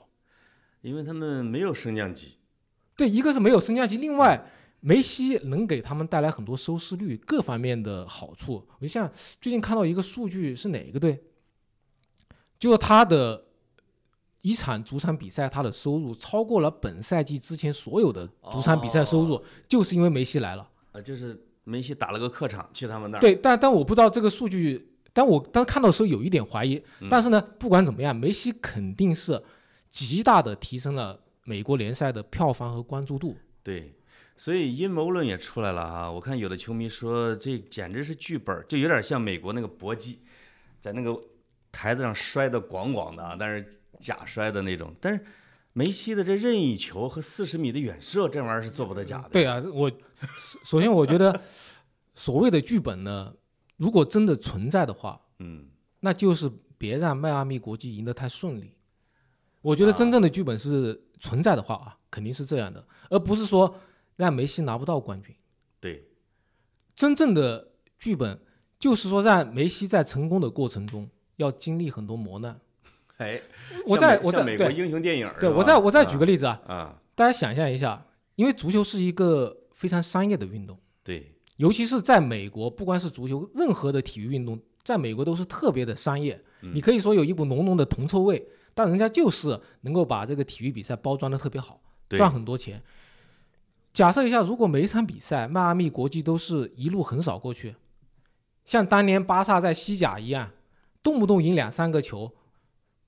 S2: 因为他们没有升降级，
S1: 对，一个是没有身价级，另外梅西能给他们带来很多收视率各方面的好处。我就像最近看到一个数据是哪个队，就是他的一场主场比赛，他的收入超过了本赛季之前所有的主场比赛收入，就是因为梅西来了。
S2: 啊，就是梅西打了个客场去他们那儿，
S1: 对，但但我不知道这个数据，但我当看到的时候有一点怀疑。但是呢，不管怎么样，梅西肯定是极大的提升了美国联赛的票房和关注度。
S2: 对，所以阴谋论也出来了啊！我看有的球迷说这简直是剧本儿，就有点像美国那个搏击，在那个台子上摔得咣咣的啊，但是假摔的那种。但是梅西的这任意球和四十米的远射，这玩意儿是做不得假的。
S1: 对，啊，我首首先我觉得所谓的剧本呢，如果真的存在的话，
S2: 嗯，
S1: 那就是别让迈阿密国际赢得太顺利。我觉得真正的剧本是存在的话啊，肯定是这样的，而不是说让梅西拿不到冠军。
S2: 对，
S1: 真正的剧本就是说，让梅西在成功的过程中要经历很多磨难。
S2: 哎，
S1: 我
S2: 像
S1: 再
S2: 美
S1: 我
S2: 像
S1: 再
S2: 美国
S1: 对
S2: 英雄电影儿
S1: 对
S2: 是
S1: 我
S2: 吧
S1: 再我再举个例子啊，
S2: 啊啊，
S1: 大家想象一下，因为足球是一个非常商业的运动，
S2: 对，
S1: 尤其是在美国，不光是足球，任何的体育运动在美国都是特别的商业。你可以说有一股浓浓的铜臭味，但人家就是能够把这个体育比赛包装的特别好，
S2: 对
S1: 赚很多钱。假设一下，如果每一场比赛迈阿密国际都是一路横扫过去，像当年巴萨在西甲一样，动不动赢两三个球，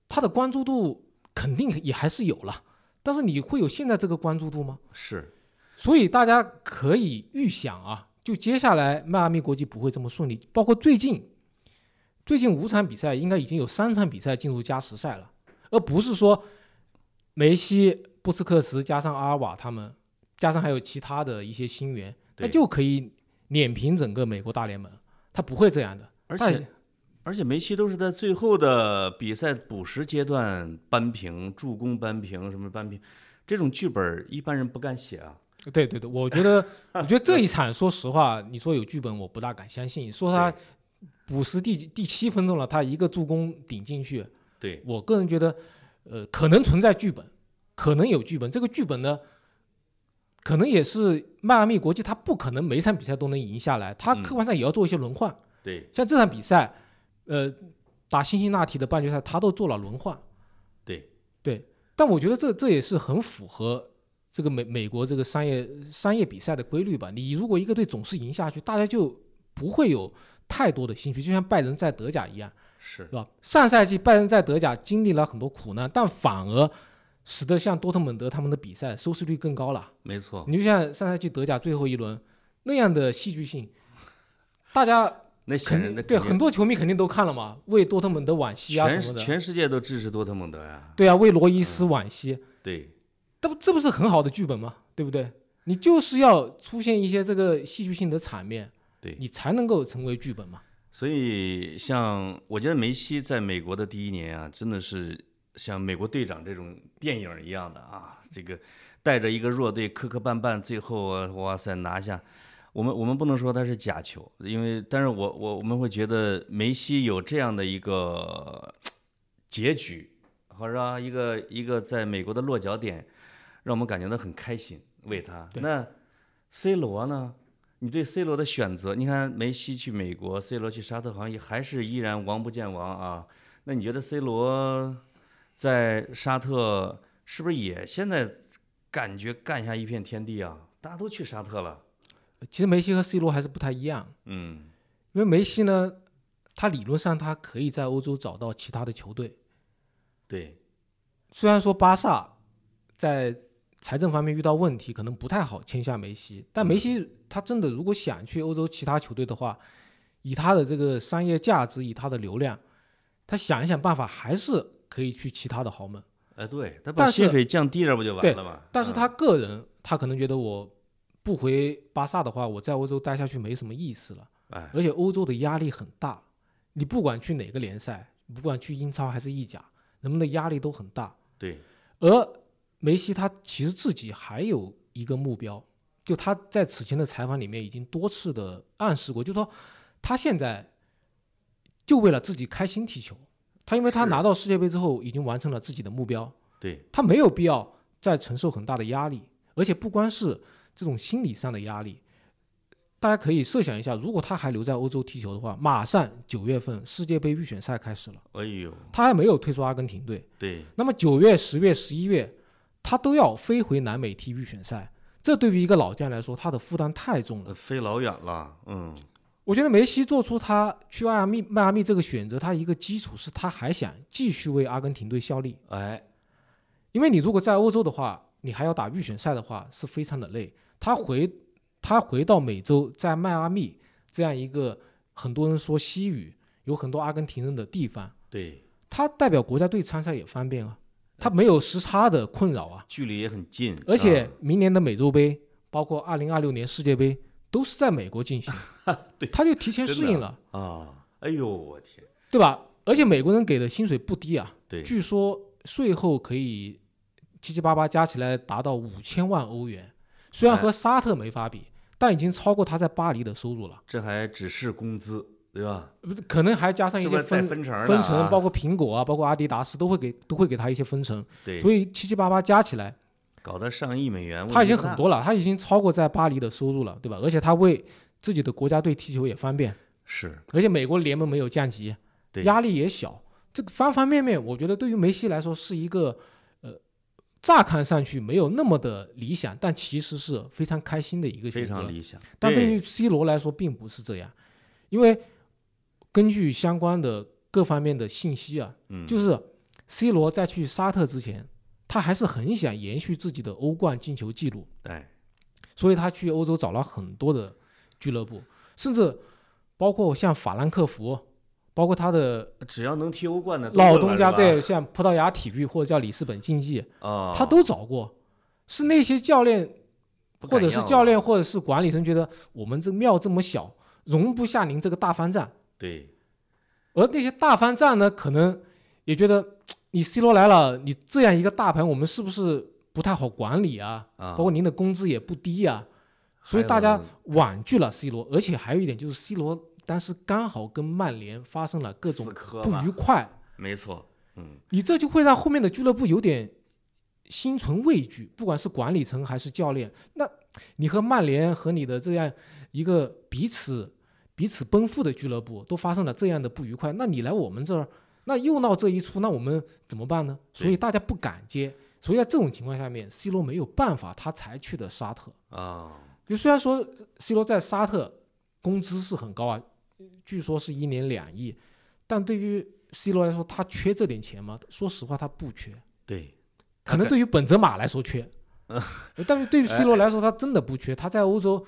S1: 他的关注度肯定也还是有了。但是你会有现在这个关注度吗？
S2: 是，
S1: 所以大家可以预想啊，就接下来迈阿密国际不会这么顺利。包括最近，最近五场比赛应该已经有三场比赛进入加时赛了，而不是说梅西、布斯克茨加上阿尔瓦他们，加上还有其他的一些新援，那
S2: 对
S1: 就可以碾平整个美国大联盟。他不会这样的，
S2: 而
S1: 但
S2: 且而且梅西都是在最后的比赛补时阶段扳平、助攻扳平、什么扳平，这种剧本儿一般人不敢写啊。
S1: 对对对，我觉得， 我觉得这一场，说实话，你说有剧本，我不大敢相信。说他
S2: 对
S1: 补时第第七分钟了，他一个助攻顶进去，
S2: 对，
S1: 我个人觉得，呃，可能存在剧本，可能有剧本。这个剧本呢，可能也是迈阿密国际，他不可能每一场比赛都能赢下来，他
S2: 嗯
S1: 客观上也要做一些轮换。
S2: 对，
S1: 像这场比赛，呃，打辛辛那提的半决赛，他都做了轮换。
S2: 对，
S1: 对，但我觉得这这也是很符合这个美美国这个商业商业比赛的规律吧。你如果一个队总是赢下去，大家就不会有太多的兴趣，就像拜仁在德甲一样，
S2: 是
S1: 是，吧？上赛季拜仁在德甲经历了很多苦难，但反而使得像多特蒙德他们的比赛收视率更高了。
S2: 没错。
S1: 你就像上赛季德甲最后一轮那样的戏剧性，大家
S2: 那显
S1: 肯
S2: 然
S1: 定
S2: 的
S1: 对很多球迷肯定都看了嘛，为多特蒙德惋惜啊
S2: 全
S1: 什
S2: 世
S1: 么的。
S2: 全世界都支持多特蒙德呀、
S1: 对啊，为罗伊斯惋惜。
S2: 对，
S1: 这不这不是很好的剧本吗？对不对？你就是要出现一些这个戏剧性的场面，
S2: 对
S1: 你才能够成为剧本嘛。
S2: 所以像我觉得梅西在美国的第一年啊，真的是像美国队长这种电影一样的啊，这个带着一个弱队磕磕绊绊，最后啊哇塞拿下。我们我们不能说他是假球，因为但是我我我们会觉得梅西有这样的一个嘖结局，或者说一个一个在美国的落脚点，让我们感觉到很开心，为他。
S1: 对
S2: 那 C 罗呢？你对 C 罗的选择，你看梅西去美国，C 罗去沙特，好像也还是依然王不见王啊。那你觉得 C 罗在沙特是不是也现在感觉干下一片天地啊？大家都去沙特了，
S1: 其实梅西和 C 罗还是不太一样，
S2: 嗯，
S1: 因为梅西呢，他理论上他可以在欧洲找到其他的球队，
S2: 对，
S1: 虽然说巴萨在财政方面遇到问题，可能不太好签下梅西。但梅西他真的如果想去欧洲其他球队的话，以他的这个商业价值，以他的流量，他想一想办法还是可以去其他的豪门。
S2: 哎，对，他把
S1: 呃但是
S2: 薪水降低点不就完了吗？
S1: 但是
S2: 嗯
S1: 他个人，他可能觉得我不回巴萨的话，我在欧洲待下去没什么意思了。
S2: 哎，
S1: 而且欧洲的压力很大，你不管去哪个联赛，不管去英超还是意甲，人们的压力都很大。
S2: 对，
S1: 而梅西他其实自己还有一个目标，就他在此前的采访里面已经多次的暗示过，就说他现在就为了自己开心踢球。他因为他
S2: 是
S1: 拿到世界杯之后，已经完成了自己的目标，
S2: 对，
S1: 他没有必要再承受很大的压力，而且不光是这种心理上的压力。大家可以设想一下，如果他还留在欧洲踢球的话，马上九月份世界杯预选赛开始了，
S2: 哎呦，
S1: 他还没有退出阿根廷队，
S2: 对，
S1: 那么九月、十月、十一月，他都要飞回南美踢预选赛，这对于一个老将来说，他的负担太重了
S2: 呃。飞老远了，嗯，
S1: 我觉得梅西做出他去迈阿密、迈阿密这个选择，他一个基础是他还想继续为阿根廷队效力，
S2: 哎，
S1: 因为你如果在欧洲的话，你还要打预选赛的话，是非常的累。他回他回到美洲，在迈阿密这样一个很多人说西语、有很多阿根廷人的地方，
S2: 对，
S1: 他代表国家队参赛也方便啊，他没有时差的困扰啊。
S2: 距离也很近，
S1: 而且
S2: 嗯
S1: 明年的美洲杯，包括二零二六年世界杯，都是在美国进 行，他就提前
S2: 真
S1: 适
S2: 的
S1: 应了，
S2: 啊，哎呦，我天，
S1: 对吧？而且美国人给的薪水不低啊，
S2: 对，
S1: 据说税后可以七七八八加起来达到五千万欧元，虽然
S2: 哎
S1: 和沙特没法比，但已经超过他在巴黎的收入了，呃
S2: 这还只是工资，对吧？
S1: 不是可能还加上一
S2: 是不
S1: 些
S2: 是带
S1: 分
S2: 分成的啊
S1: 分成，包括苹果啊，包括阿迪达斯都会给都会给他一些分成，
S2: 对，
S1: 所以七七八八加起来。
S2: 搞到上亿美元，
S1: 他已
S2: 问
S1: 经
S2: 题不大
S1: 很。多了，他已经超过在巴黎的收入了，对吧？而且他为自己的国家队踢球也方便，
S2: 是，
S1: 而且美国联盟没有降级，
S2: 对
S1: 压力也小。这个方方面面，我觉得对于梅西来说是一个，呃，乍看上去没有那么的理想，但其实是非常开心的一个
S2: 非
S1: 选
S2: 常
S1: 择。
S2: 理想。
S1: 但对
S2: 对
S1: 于 C 罗来说并不是这样，因为根据相关的各方面的信息啊，
S2: 嗯，
S1: 就是 C 罗在去沙特之前，他还是很想延续自己的欧冠进球记录。
S2: 哎，
S1: 所以他去欧洲找了很多的俱乐部，甚至包括像法兰克福，包括他的
S2: 只要能踢欧冠的都
S1: 老
S2: 问了
S1: 东家
S2: 是吧
S1: 队，像葡萄牙体育或者叫里斯本竞技，
S2: 啊，
S1: 他都找过。是那些教练
S2: 不
S1: 或
S2: 敢
S1: 者是
S2: 要
S1: 教
S2: 了
S1: 练或者是管理层觉得我们这庙这么小，容不下您这个大方丈。
S2: 对
S1: 而那些大方丈呢，可能也觉得你 C 罗来了，你这样一个大盘，我们是不是不太好管理啊？
S2: 啊，
S1: 包括您的工资也不低呀、所以
S2: 还
S1: 大家
S2: 有
S1: 婉拒了 C 罗，而且还有一点就是 C 罗当时刚好跟曼联发生了各种
S2: 死磕
S1: 不
S2: 嘛
S1: 愉快，
S2: 没错，嗯，
S1: 你这就会让后面的俱乐部有点心存畏惧，不管是管理层还是教练，那你和曼联和你的这样一个彼此彼此奔赴的俱乐部都发生了这样的不愉快，那你来我们这儿，那又闹这一出，那我们怎么办呢？所以
S2: 对
S1: 大家不敢接，所以在这种情况下面，C 罗没有办法，他才去的沙特。
S2: 啊，
S1: 就虽然说 C 罗在沙特工资是很高啊，据说是一年两亿，但对于 C 罗来说，他缺这点钱吗？说实话，他不缺，
S2: 对，
S1: 可能对于本泽马来说缺，
S2: 嗯
S1: 但是 对于
S2: 哎
S1: C 罗来说，他真的不缺。他在欧洲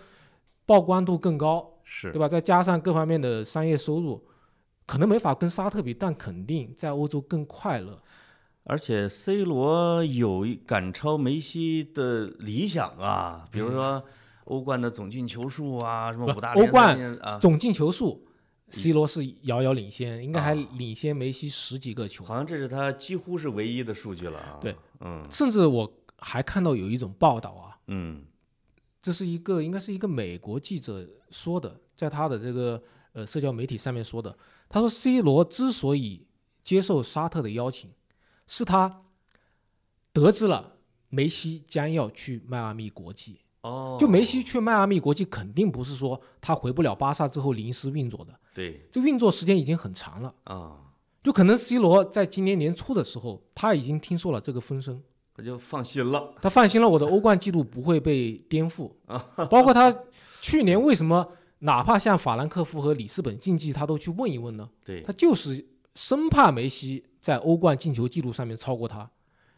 S1: 曝光度更高，
S2: 是
S1: 对吧？再加上各方面的商业收入，可能没法跟沙特比，但肯定在欧洲更快乐。
S2: 而且 C 罗有一赶超梅西的理想啊，比如说欧冠的总进球数啊，什么
S1: 嗯不
S2: 五大
S1: 欧
S2: 联赛
S1: 冠
S2: 面啊，
S1: 总进球数，C 罗是遥遥领先，应该还
S2: 啊
S1: 领先梅西十几个球。
S2: 好像这是他几乎是唯一的数据了啊。
S1: 对，
S2: 嗯
S1: 甚至我还看到有一种报道啊，
S2: 嗯，
S1: 这是一个应该是一个美国记者说的，在他的这个呃社交媒体上面说的。他说，C 罗之所以接受沙特的邀请，是他得知了梅西将要去迈阿密国际。
S2: 哦，
S1: 就梅西去迈阿密国际，肯定不是说他回不了巴萨之后临时运作的，
S2: 对
S1: 这运作时间已经很长了。
S2: 啊，
S1: 就可能 C 罗在今年年初的时候，他已经听说了这个风声。
S2: 他就放心了。
S1: 他放心了，我的欧冠记录不会被颠覆。
S2: 啊
S1: 包括他去年为什么哪怕像法兰克福和里斯本竞技，他都去问一问呢？
S2: 对
S1: 他就是生怕梅西在欧冠进球记录上面超过他，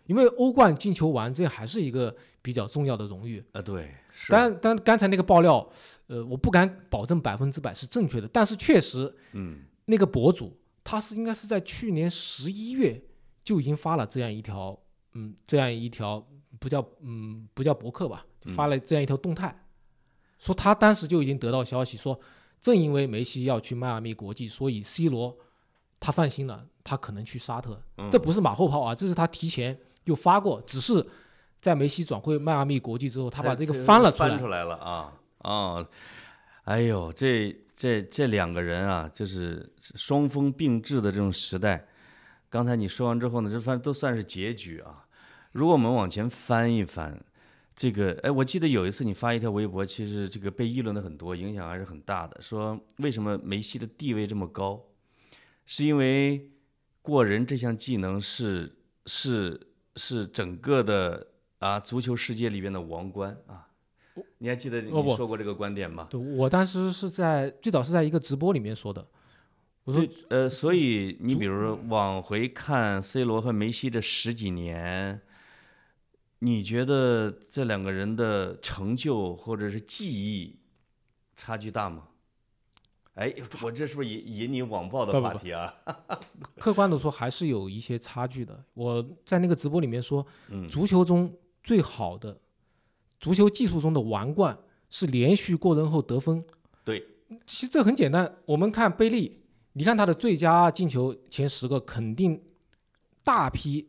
S1: 因为欧冠进球王这还是一个比较重要的荣誉。
S2: 啊，对，是，
S1: 但但刚才那个爆料，呃，我不敢保证百分之百是正确的，但是确实
S2: 嗯，
S1: 那个博主他是应该是在去年十一月就已经发了这样一条，嗯，这样一条不叫嗯不叫博客吧，就发了这样一条动态，说他当时就已经得到消息说，正因为梅西要去迈阿密国际，所以 C 罗他放心了，他可能去沙特，这不是马后炮啊，这是他提前就发过，只是。在梅西转会迈阿密国际之后，他把这个翻了出来
S2: 翻，出来了啊啊！哎呦，这这这两个人啊，就是双峰并峙的这种时代。刚才你说完之后呢，这反正都算是结局啊。如果我们往前翻一翻，这个哎，我记得有一次你发一条微博，其实这个被议论的很多，影响还是很大的。说为什么梅西的地位这么高，是因为过人这项技能是是是整个的啊足球世界里边的王冠啊。你还记得你
S1: 不哦不
S2: 说过这个观点吗？
S1: 对，我当时是在最早是在一个直播里面说的，我说
S2: 对，呃，所以你比如说往回看 C 罗和梅西这十几年，你觉得这两个人的成就或者是记忆差距大吗？哎，我这是不是引引你网暴的
S1: 不不
S2: 话
S1: 不
S2: 题啊？
S1: 客观的说还是有一些差距的。我在那个直播里面说，
S2: 嗯
S1: 足球中最好的足球技术中的王冠是连续过人后得分。嗯
S2: 对，
S1: 其实这很简单，我们看贝利，你看他的最佳进球前十个，肯定大批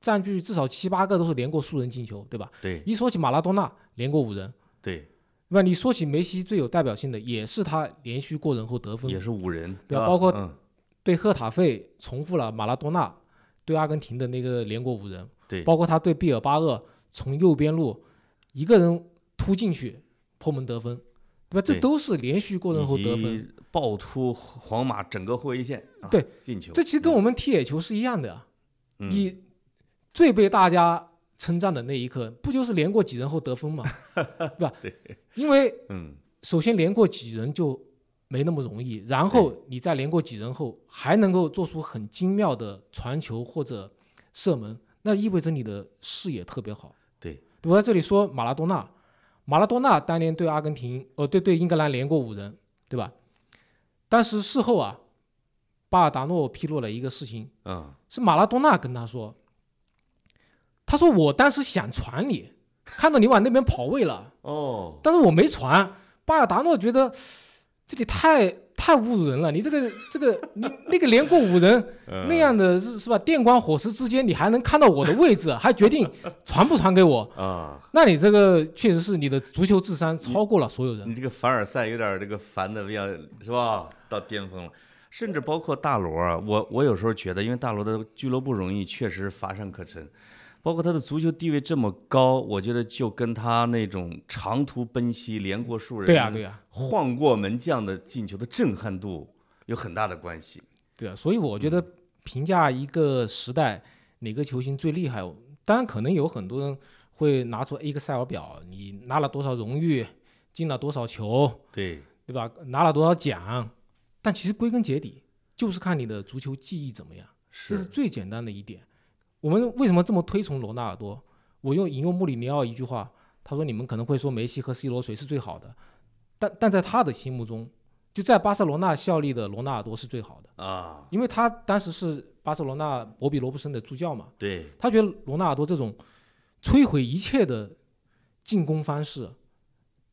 S1: 占据至少七八个都是连过数人进球，对吧？
S2: 对
S1: 一说起马拉多纳，连过五人。
S2: 对，
S1: 那你说起梅西最有代表性的，也是他连续过人后得分
S2: 也，是五人，
S1: 对啊
S2: 是吧
S1: 包括
S2: 嗯，
S1: 对赫塔费重复了马拉多纳对阿根廷的那个连过五人，
S2: 对
S1: 包括他对毕尔巴鄂从右边路一个人突进去破门得分，对吧？这
S2: 对
S1: 都是连续过人后得分，
S2: 分，暴突皇马整个后卫线，啊
S1: 对
S2: 进球，
S1: 这其实跟我们踢野球是一样的呀、
S2: 嗯
S1: 你最被大家称赞的那一刻，不就是连过几人后得分 吗？对吧？
S2: 对，
S1: 因为
S2: 嗯
S1: 首先连过几人就没那么容易，然后你再连过几人后，还能够做出很精妙的传球或者射门，那意味着你的视野特别好。
S2: 对，
S1: 我在这里说马拉多纳，马拉多纳当年对阿根廷，呃，对对英格兰连过五人，对吧？但是事后啊，巴尔达诺披露了一个事情，
S2: 嗯，
S1: 是马拉多纳跟他说，他说我当时想传你，看到你往那边跑位了。
S2: 哦，
S1: 但是我没传。巴尔达诺觉得这里太太侮辱人了，你这个这个你那个连过五 人那
S2: 那
S1: 样的是是吧？电光火石之间，你还能看到我的位置，还决定传不传给我，
S2: 啊。
S1: 那你这个确实是你的足球智商超过了所有人。
S2: 你这个凡尔赛有点儿这个烦的要是吧？到巅峰了，甚至包括大罗啊，我我有时候觉得，因为大罗的俱乐部荣誉确实乏善可陈，包括他的足球地位这么高，我觉得就跟他那种长途奔袭、连过数人、
S1: 对呀、啊对呀、
S2: 晃过门将的进球的震撼度有很大的关系。
S1: 对啊，所以我觉得评价一个时代哪个球星最厉害，当然可能有很多人会拿出 Excel 表，你拿了多少荣誉，进了多少球，
S2: 对，
S1: 对吧？拿了多少奖？但其实归根结底就是看你的足球技艺怎么样，这是
S2: 是，
S1: 最简单的一点。我们为什么这么推崇罗纳尔多？我用引用穆里尼奥一句话，他说：“你们可能会说梅西和 C 罗谁是最好的，但但在他的心目中，就在巴塞罗那效力的罗纳尔多是最好的，
S2: 啊，
S1: 因为他当时是巴塞罗那博比罗布森的助教嘛，
S2: 对，
S1: 他觉得罗纳尔多这种摧毁一切的进攻方式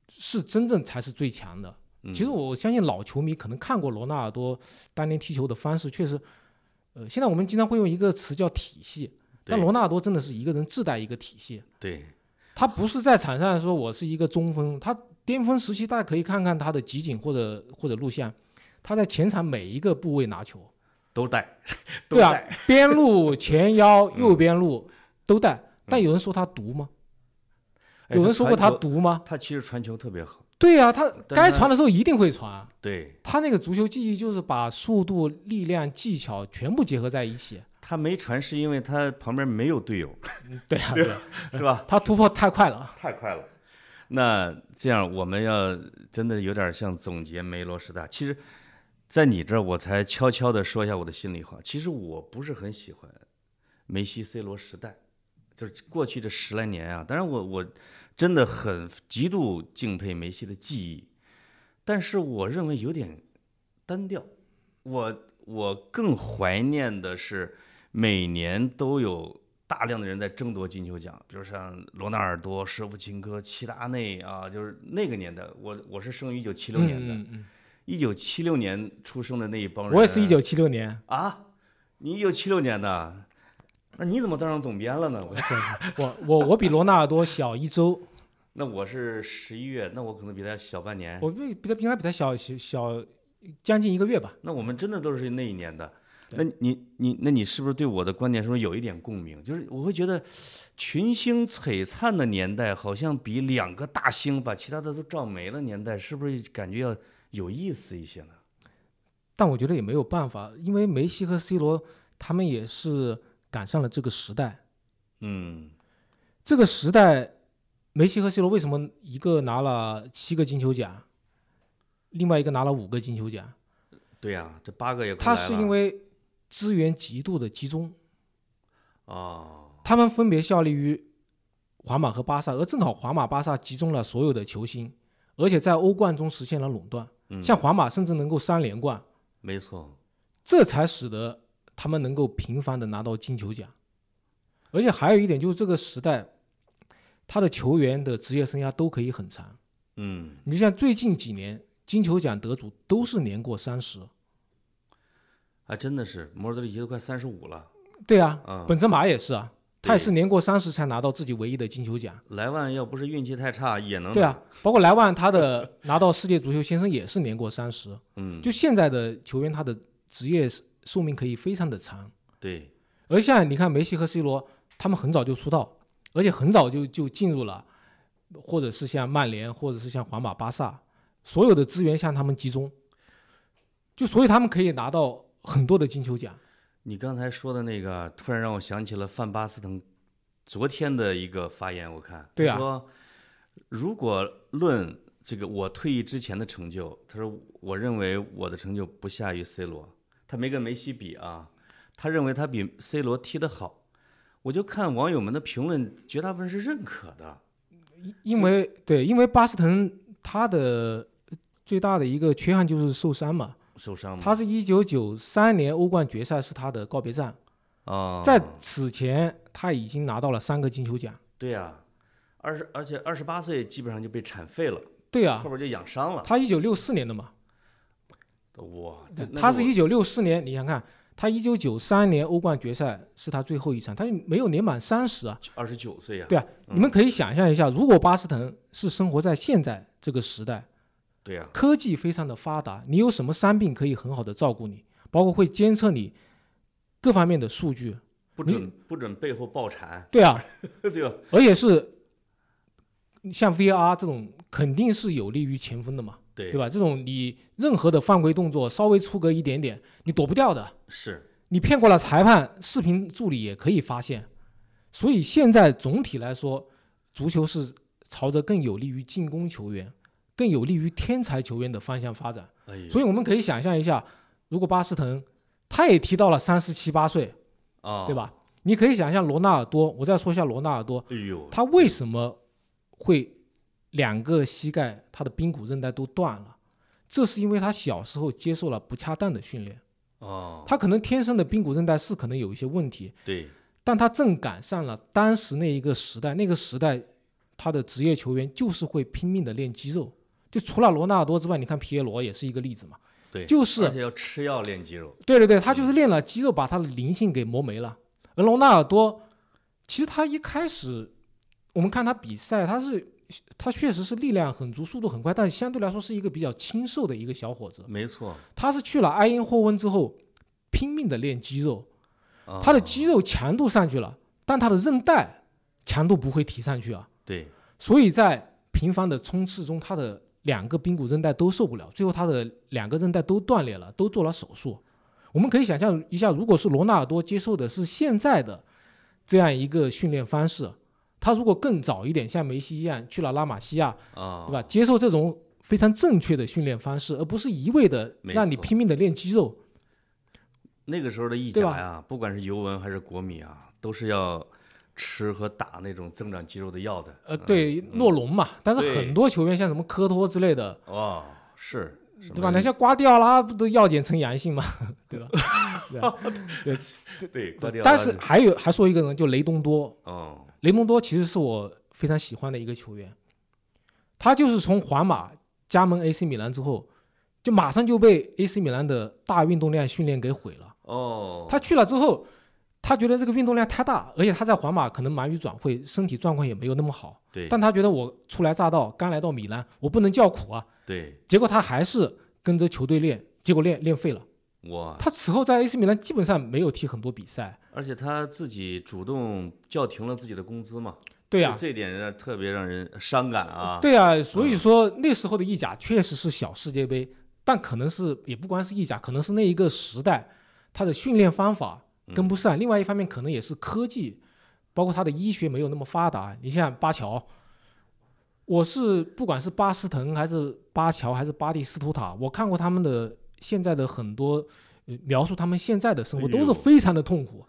S1: 是真正才是最强的。
S2: 嗯
S1: 其实我相信老球迷可能看过罗纳尔多当年踢球的方式，确实，呃，现在我们经常会用一个词叫体系，但
S2: 对
S1: 罗纳尔多真的是一个人自带一个体系，
S2: 对，
S1: 他不是在场上说我是一个中锋，他巅峰时期大家可以看看他的集锦或者或者录像，他在前场每一个部位拿球，
S2: 都带， 都
S1: 对啊
S2: 带，，
S1: 边路、前腰、
S2: 嗯
S1: 右边路都带，但有人说他毒吗？
S2: 哎
S1: 有人说过他
S2: 传球
S1: 毒吗？
S2: 他其实传球特别好，
S1: 对呀、他
S2: 但
S1: 该
S2: 他
S1: 传的时候一定会传。
S2: 对。
S1: 他那个足球技艺就是把速度、力量、技巧全部结合在一起。
S2: 他没传是因为他旁边没 有队友，
S1: 嗯对啊， 对啊，
S2: 是吧？
S1: 他突破太快了。
S2: 太快了。那这样，我们要真的有点像总结梅罗十大。其实，在你这儿，我才悄悄地说一下我的心里话。其实我不是很喜欢梅西、C 罗时代，就是过去这十来年啊，当然我我真的很极度敬佩梅西的技艺，但是我认为有点单调。我我更怀念的是每年都有大量的人在争夺金球奖，比如像罗纳尔多、舍甫琴科、齐达内啊，就是那个年代，我我是生于一九七六年的，
S1: 嗯嗯
S2: 一九七六年出生的那一帮
S1: 嗯
S2: 人，
S1: 我也是一九七六 年，
S2: 啊，你一九七六年的，那你怎么当上总编了呢？我
S1: 我我我比罗纳尔多小一周，
S2: 那我是十一月，那我可能比他小半年。
S1: 我比比他应该比他小小小将近一个月吧。
S2: 那我们真的都是那一年的。那
S1: 对
S2: 你你那你是不是对我的观点是不是有一点共鸣？就是我会觉得，群星璀璨的年代，好像比两个大星把其他的都照没了年代，是不是感觉要有意思一些呢？
S1: 但我觉得也没有办法，因为梅西和 C 罗他们也是赶上了这个时代。
S2: 嗯
S1: 这个时代，梅西和 C 罗为什么一个拿了七个金球奖，另外一个拿了五个金球奖？
S2: 对呀、这八个也快
S1: 他
S2: 来
S1: 是
S2: 了
S1: 因为资源极度的集中，
S2: 哦，
S1: 他们分别效力于皇马和巴萨，而正好皇马、巴萨集中了所有的球星，而且在欧冠中实现了垄断。
S2: 嗯，
S1: 像皇马甚至能够三连冠，
S2: 没错，
S1: 这才使得他们能够频繁的拿到金球奖。而且还有一点就是这个时代，他的球员的职业生涯都可以很长。
S2: 嗯，
S1: 你就像最近几年金球奖得主都是年过三十，
S2: 啊，真的是摩尔德里奇都快三十五了，
S1: 对啊，
S2: 嗯
S1: 本泽马也是啊，他也
S2: 对
S1: 是年过三十才拿到自己唯一的金球奖。
S2: 莱万要不是运气太差也能
S1: 对啊，包括莱万，他的拿到世界足球先生也是年过三十。
S2: 拿，嗯，
S1: 就现在的球员，他的职业寿命可以非常的长。
S2: 对，
S1: 而现在你看梅西和 C 罗，他们很早就出道，而且很早就就进入了，或者是像曼联，或者是像皇马、巴萨，所有的资源向他们集中，就所以他们可以拿到很多的金球奖。
S2: 你刚才说的那个，突然让我想起了范巴斯滕昨天的一个发言，我看
S1: 对
S2: 他
S1: 啊
S2: 说如果论这个我退役之前的成就，他说我认为我的成就不下于 C 罗，他没跟梅西比啊，他认为他比 C 罗踢得好。我就看网友们的评论，绝大部分是认可的。
S1: 因为对，因为巴斯滕他的最大的一个缺憾就是受伤嘛，
S2: 受伤吗？
S1: 他是一九九三年欧冠决赛是他的告别战，
S2: 啊，
S1: 在此前他已经拿到了三个金球奖。
S2: 对呀、二十而且二十八岁基本上就被铲废了，
S1: 对啊
S2: 后，边就养伤了。
S1: 他一九六四年的嘛，
S2: 哇，这那
S1: 他
S2: 就是
S1: 一九六四年，你想看，他一九九三年欧冠决赛是他最后一场，他没有年满三十啊。
S2: 二十九岁呀、
S1: 对啊，你们可以想象一下，如果巴斯滕是生活在现在这个时代，
S2: 对呀、
S1: 科技非常的发达，你有什么伤病可以很好的照顾你，包括会监测你各方面的数据。
S2: 不准不准背后爆产，
S1: 对啊，
S2: 对吧？
S1: 而且是像 VR 这种肯定是有利于前锋的嘛，
S2: 对
S1: 对吧？这种你任何的犯规动作稍微出格一点点，你躲不掉的。
S2: 是，
S1: 你骗过了裁判，视频助理也可以发现。所以现在总体来说，足球是朝着更有利于进攻球员、更有利于天才球员的方向发展。
S2: 哎呦
S1: 所以我们可以想象一下，如果巴斯滕他也踢到了三十七八岁，
S2: 啊，
S1: 对？吧？你可以想象罗纳尔多，我再说一下罗纳尔多，
S2: 哎呦，
S1: 他为什么会两个膝盖他的髌骨韧带都断了？这是因为他小时候接受了不恰当的训练。
S2: 哦，
S1: 他可能天生的髌骨韧带是可能有一些问题，
S2: 对，
S1: 但他正赶上了当时那一个时代，那个时代他的职业球员就是会拼命的练肌肉，就除了罗纳尔多之外，你看皮耶罗也是一个例子嘛。
S2: 对，
S1: 就是
S2: 而且要吃药练肌肉，
S1: 对对对，他就是练了肌肉，把他的灵性给磨没了。而罗纳尔多，其实他一开始我们看他比赛，他是他确实是力量很足，速度很快，但相对来说是一个比较清瘦的一个小伙子。
S2: 没错，
S1: 他是去了埃因霍温之后，拼命的练肌肉。
S2: 啊
S1: 他的肌肉强度上去了，但他的韧带强度不会提上去啊，
S2: 对，
S1: 所以在频繁的冲刺中，他的两个髌骨韧带都受不了，最后他的两个韧带都断裂了，都做了手术。我们可以想象一下，如果是罗纳尔多接受的是现在的这样一个训练方式，他如果更早一点，像梅西一样去了拉玛西亚，
S2: 啊，
S1: 对吧？？接受这种非常正确的训练方式，而不是一味的
S2: 没
S1: 让你
S2: 错
S1: 拼命的练肌肉。
S2: 那个时候的意
S1: 对
S2: 甲
S1: 吧
S2: 呀，不管是尤文还是国米啊，都是要吃和打那种增长肌肉的药的。
S1: 呃，对，
S2: 嗯
S1: 洛龙嘛，但是
S2: 对
S1: 很多球员像什么科托之类的，
S2: 哦，是，什
S1: 对
S2: 么
S1: 吧？那像瓜迪奥拉不都药检呈阳性嘛，对吧？
S2: 对，瓜迪奥拉
S1: 但是还有还说一个人，就雷东多，
S2: 哦，
S1: 雷蒙多其实是我非常喜欢的一个球员，他就是从皇马加盟 AC 米兰之后，就马上就被 AC 米兰的大运动量训练给毁了。
S2: 哦，
S1: 他去了之后，他觉得这个运动量太大，而且他在皇马可能忙于转会，身体状况也没有那么好。
S2: 对
S1: 但他觉得我初来乍到，刚来到米兰，我不能叫苦啊。
S2: 对，
S1: 结果他还是跟着球队练，结果练练废了。
S2: 哇，
S1: 他此后在 AC 米兰基本上没有踢很多比赛。
S2: 而且他自己主动叫停了自己的工资嘛，
S1: 对啊呀、
S2: 就这点让特别让人伤感啊。
S1: 对啊，所以说那时候的意甲确实是小世界杯，但可能是也不光是意甲，可能是那一个时代它的训练方法
S2: 嗯
S1: 跟不上。另外一方面，可能也是科技，包括它的医学没有那么发达。你像巴乔，我是不管是巴斯滕还是巴乔还是巴蒂斯图塔，我看过他们的现在的很多、呃描述，他们现在的生活
S2: 哎呦
S1: 都是非常的痛苦。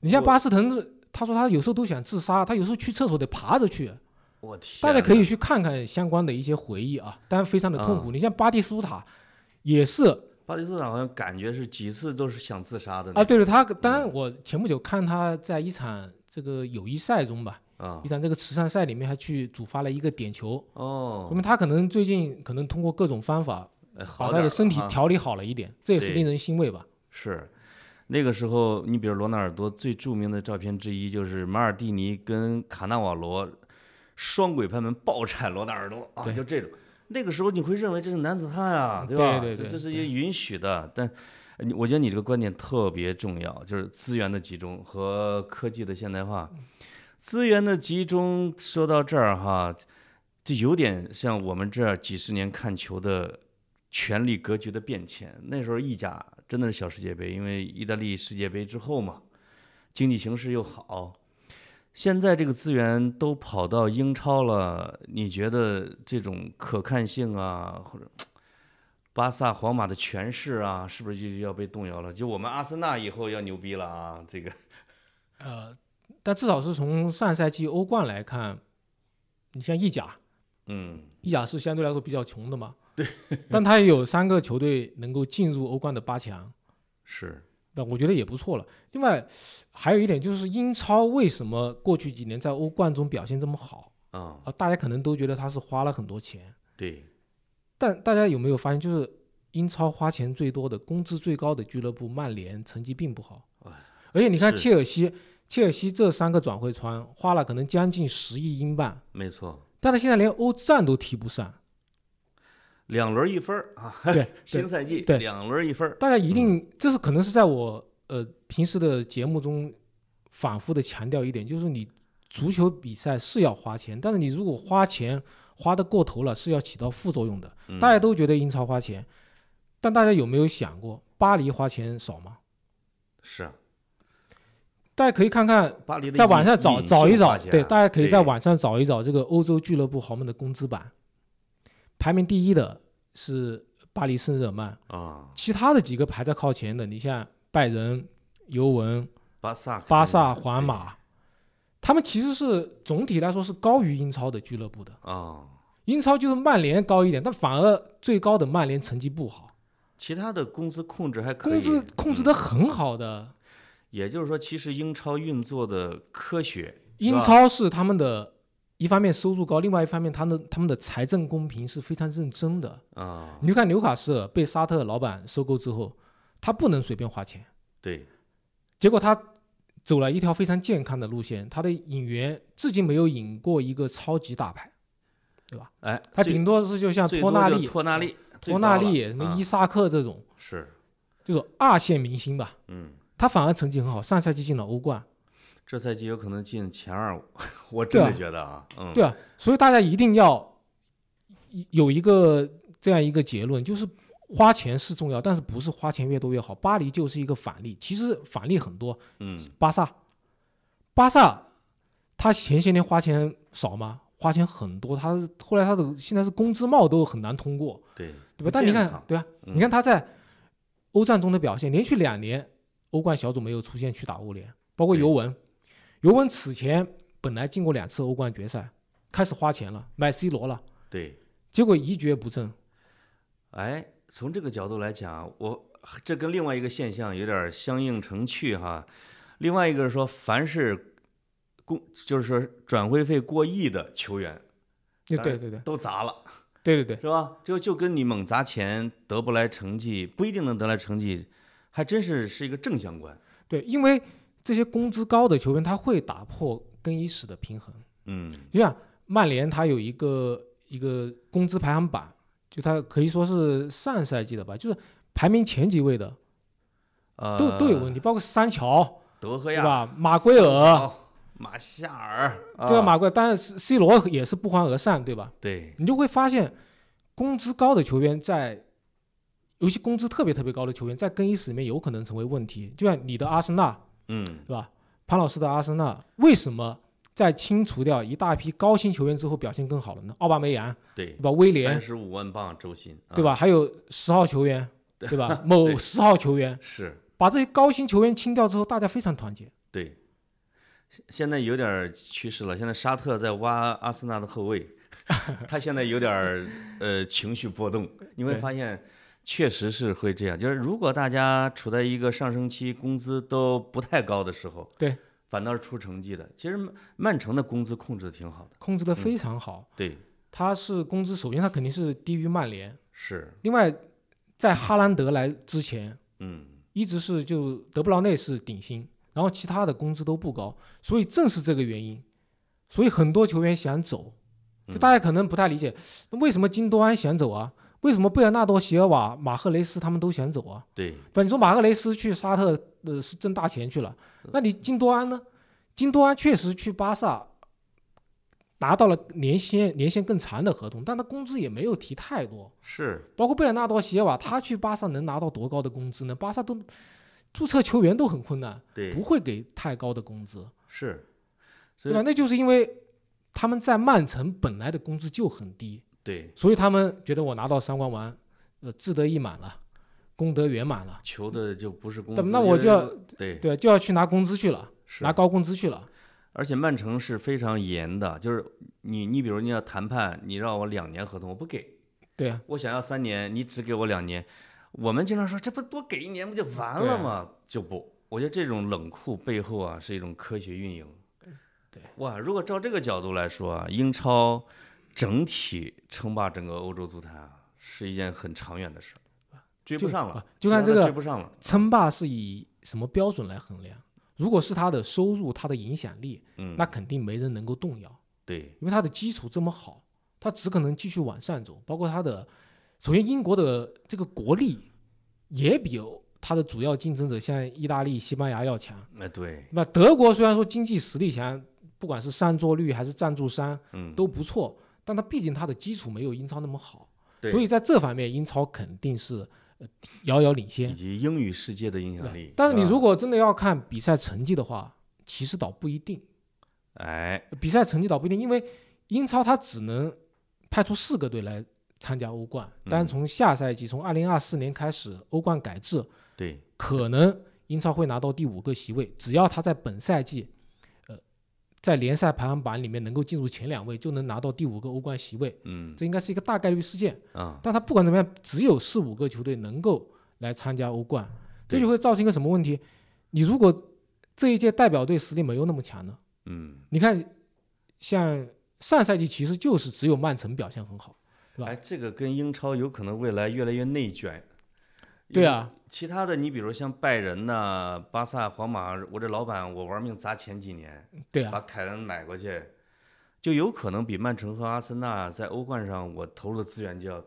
S1: 你像
S2: 我
S1: 巴斯滕是，他说他有时候都想自杀，他有时候去厕所得爬着去。
S2: 我天哪，嗯
S1: 大家可以去看看相关的一些回忆啊，但非常的痛苦。你像巴蒂斯图塔，也是
S2: 巴蒂斯塔好像感觉是几次都是想自杀的那嗯
S1: 啊，对了，他当然我前不久看他在一场这个友谊赛中吧，
S2: 啊
S1: 一场这个慈善赛里面还去主发了一个点球，说
S2: 哦，
S1: 明他可能最近可能通过各种方法
S2: 哎
S1: 把
S2: 好
S1: 他
S2: 点
S1: 的
S2: 儿
S1: 身体
S2: 了啊
S1: 调理好了一点，这也是
S2: 对
S1: 令人欣慰吧。
S2: 是。那个时候，你比如罗纳尔多最著名的照片之一就是马尔蒂尼跟卡纳瓦罗双轨拍门爆铲罗纳尔多啊，
S1: 对
S2: 就这种。那个时候你会认为这是男子汉啊，
S1: 对
S2: 吧？
S1: 对
S2: 这
S1: 对
S2: 这是
S1: 对
S2: 允许的。但呃你我觉得你这个观点特别重要，就是资源的集中和科技的现代化。
S1: 嗯
S2: 资源的集中，说到这儿哈，就有点像我们这儿几十年看球的权力格局的变迁。那时候意甲真的是小世界杯，因为意大利世界杯之后嘛，经济形势又好，现在这个资源都跑到英超了，你觉得这种可看性啊，或者巴萨、皇马的权势啊，是不是就要被动摇了？就我们阿森纳以后要牛逼了啊！这个
S1: 呃，但至少是从上赛季欧冠来看，你像意甲，
S2: 嗯，
S1: 意甲是相对来说比较穷的嘛，对，但他也有三个球队能够进入欧冠的八强。
S2: 是，
S1: 那我觉得也不错了。另外，还有一点就是英超为什么过去几年在欧冠中表现这么好
S2: 啊、
S1: 啊？大家可能都觉得他是花了很多钱，
S2: 对，
S1: 但大家有没有发现，就是英超花钱最多的、工资最高的俱乐部曼联成绩并不好，而且你看
S2: 是
S1: 切尔西，切尔西这三个转会窗花了可能将近十亿英镑，
S2: 没错，
S1: 但他现在连欧战都踢不上。
S2: 两轮一分儿啊，
S1: 对
S2: 新赛季
S1: 对
S2: 两轮一分儿，
S1: 大家一
S2: 嗯
S1: 定，这是可能是在我呃平时的节目中反复的强调一点，就是你足球比赛是要花钱，但是你如果花钱花的过头了，是要起到副作用的。
S2: 嗯
S1: 大家都觉得英超花钱，但大家有没有想过巴黎花钱少吗？
S2: 是
S1: 大家可以看看，
S2: 巴黎的
S1: 在网上
S2: 隐
S1: 找
S2: 隐
S1: 找
S2: 性
S1: 一找
S2: 花，钱
S1: 对，
S2: 啊
S1: 大家可以在
S2: 对
S1: 网上找一找这个欧洲俱乐部豪门的工资榜，排名第一的是巴黎圣日耳曼，
S2: 啊，
S1: 其他的几个排在靠前的，你像拜仁、尤文、
S2: 巴萨、
S1: 巴萨、皇马，他们其实是总体来说是高于英超的俱乐部的。
S2: 啊、哦
S1: 英超就是曼联高一点，但反而最高的曼联成绩不好，
S2: 其他的工资控制还可
S1: 工
S2: 以，嗯
S1: 资控制的很好的。
S2: 也就是说，其实英超运作的科学，
S1: 英
S2: 是吧
S1: 超是他们的一方面收入高，另外一方面他们他们的财政公平是非常认真的。
S2: 啊，
S1: 你就看纽卡斯尔被沙特老板收购之后，他不能随便花钱，
S2: 对，
S1: 结果他走了一条非常健康的路线，他的引援至今没有引过一个超级大牌，
S2: 哎，
S1: 他
S2: 最
S1: 顶多是就像
S2: 最
S1: 托
S2: 多
S1: 纳
S2: 就
S1: 利、
S2: 托纳利、最
S1: 托纳
S2: 高了
S1: 利、什么
S2: 啊
S1: 伊萨克这种，
S2: 是，
S1: 就是二线明星吧，
S2: 嗯，
S1: 他反而成绩很好，上赛季进了欧冠，
S2: 这赛季有可能进前二 五，我真
S1: 对啊
S2: 的觉得啊，嗯，
S1: 对啊，所以大家一定要有一个这样一个结论，就是花钱是重要，但是不是花钱越多越好。巴黎就是一个反例，其实反例很多，
S2: 嗯，
S1: 巴萨，巴萨他前些年花钱少吗？花钱很多，他是后来他的现在是工资帽都很难通过，
S2: 对，
S1: 对吧？但你
S2: 健
S1: 看
S2: 康，
S1: 对啊，
S2: 嗯
S1: 你看他在欧战中的表现，连续两年欧冠小组没有出现去打欧联，包括
S2: 对
S1: 尤文，尤文此前本来进过两次欧冠决赛，开始花钱了，买 C 罗了，
S2: 对，
S1: 结果一蹶不振。
S2: 哎，从这个角度来讲，我这跟另外一个现象有点相映成趣哈。另外一个是说，凡是工就是说转会费过亿的球员
S1: 对
S2: 当
S1: 对
S2: 然
S1: 对对
S2: 都砸了，
S1: 对对对，
S2: 是吧？就就跟你猛砸钱得不来成绩，不一定能得来成绩，还真是是一个正相关。
S1: 对，因为这些工资高的球员他会打破更衣室的平衡。
S2: 嗯，
S1: 就像曼联，它有一个一个工资排行榜，就它可以说是上赛季的吧，就是排名前几位的
S2: 呃，
S1: 都、都有问题，包括三乔
S2: 德赫
S1: 对
S2: 亚、
S1: 吧？马圭尔、
S2: 桑乔、马夏尔，啊
S1: 对吧？马圭尔，当然 C C 罗也是不欢而散，对吧？
S2: 对，
S1: 你就会发现，工资高的球员在，尤其工资特别特别高的球员在更衣室里面有可能成为问题。就像你的阿森纳，
S2: 嗯，
S1: 对吧？潘老师的阿森纳为什么在清除掉一大批高薪球员之后表现更好了呢？奥巴梅扬，
S2: 对
S1: 对，吧？威廉
S2: 三，十五万镑周薪，啊
S1: 对？吧？还有十号球 员，对吧？某十号球员
S2: 是，
S1: 把这些高薪球员清掉之后，大家非常团结。
S2: 对，现现在有点儿趋势了。现在沙特在挖阿森纳的后卫， 他现在有点儿呃情绪波动。你会
S1: 对
S2: 发现，确实是会这样。就是如果大家处在一个上升期，工资都不太高的时候，
S1: 对，
S2: 反倒是出成绩的。其实曼曼城的工资控制的挺好的，
S1: 控制的非常好，
S2: 对，
S1: 他是工资首先他肯定是低于曼联，
S2: 是，
S1: 另外在哈兰德来之前
S2: 嗯，
S1: 一直是就德布劳内是顶薪，然后其他的工资都不高，所以正是这个原因，所以很多球员想走，就
S2: 嗯
S1: 大家可能不太理解，那为什么金多安想走啊？为什么贝尔纳多、席尔瓦、马赫雷斯他们都想走啊？
S2: 对，
S1: 不，你说马克雷斯去沙特，呃，是挣大钱去了，
S2: 嗯
S1: 那你金多安呢？金多安确实去巴萨拿到了年限年限更长的合同，但他工资也没有提太多。
S2: 是，
S1: 包括贝尔纳多·席尔瓦，他去巴萨能拿到多高的工资呢？巴萨都注册球员都很困难，
S2: 对，
S1: 不会给太高的工资，
S2: 是，
S1: 对
S2: 所以
S1: 吧？那就是因为他们在曼城本来的工资就很低，
S2: 对
S1: 所以他们觉得我拿到三冠王，呃，志得意满了，功德圆满了，
S2: 求的就不是工
S1: 那
S2: 资，
S1: 那
S2: 因
S1: 我
S2: 为
S1: 就要
S2: 对
S1: 对，就要去拿工资去了。
S2: 是
S1: 拿高工资去了。
S2: 而且曼城是非常严的，就是你你比如你要谈判，你让我两年合同，我不给，
S1: 对啊，
S2: 我想要三年，你只给我两年。我们经常说这不多给一年不就完
S1: 啊
S2: 了吗？就不，我觉得这种冷酷背后啊是一种科学运营。
S1: 嗯对，
S2: 哇，如果照这个角度来说啊，英超整体称霸整个欧洲足坛啊，是一件很长远的事儿，追不
S1: 就
S2: 上了
S1: 啊，就看
S2: 现在
S1: 这个
S2: 追不上了。
S1: 称霸是以什么标准来衡量？如果是他的收入、他的影响力，
S2: 嗯，
S1: 那肯定没人能够动摇，
S2: 对，
S1: 因为他的基础这么好，他只可能继续往上走。包括他的，首先英国的这个国力也比他的主要竞争者像意大利、西班牙要强。
S2: 那哎对，
S1: 那德国虽然说经济实力强，不管是上座率还是赞助商
S2: 嗯，
S1: 都不错，但他毕竟他的基础没有英超那么好，
S2: 对
S1: 所以在这方面英超肯定是呃遥遥领先
S2: 以。及英语世界的影响
S1: 对
S2: 力。
S1: 但是你
S2: 吧
S1: 如果真的要看比赛成绩的话，其实倒不一定，
S2: 哎，
S1: 比赛成绩倒不一定，因为英超它只能派出四个队来参加欧冠。
S2: 嗯
S1: 但是从下赛季，从二零二四年开始，欧冠改制，
S2: 对，
S1: 可能英超会拿到第五个席位，只要他在本赛季，呃，在联赛排行榜里面能够进入前两位，就能拿到第五个欧冠席位。
S2: 嗯
S1: 这应该是一个大概率事件。
S2: 啊，
S1: 但他不管怎么样，只有四五个球队能够来参加欧冠，这
S2: 对
S1: 就会造成一个什么问题？你如果这一届代表队实力没有那么强呢？
S2: 嗯，
S1: 你看，像上赛季其实就是只有曼城表现很好，对吧
S2: 哎，这个跟英超有可能未来越来越内卷。
S1: 对，啊，
S2: 其他的你比如像拜仁呐、巴萨、皇马，我这老板我玩命砸前几年，
S1: 对
S2: 把
S1: 啊，
S2: 凯恩买过去，就有可能比曼城和阿森纳在欧冠上我投入的资源就要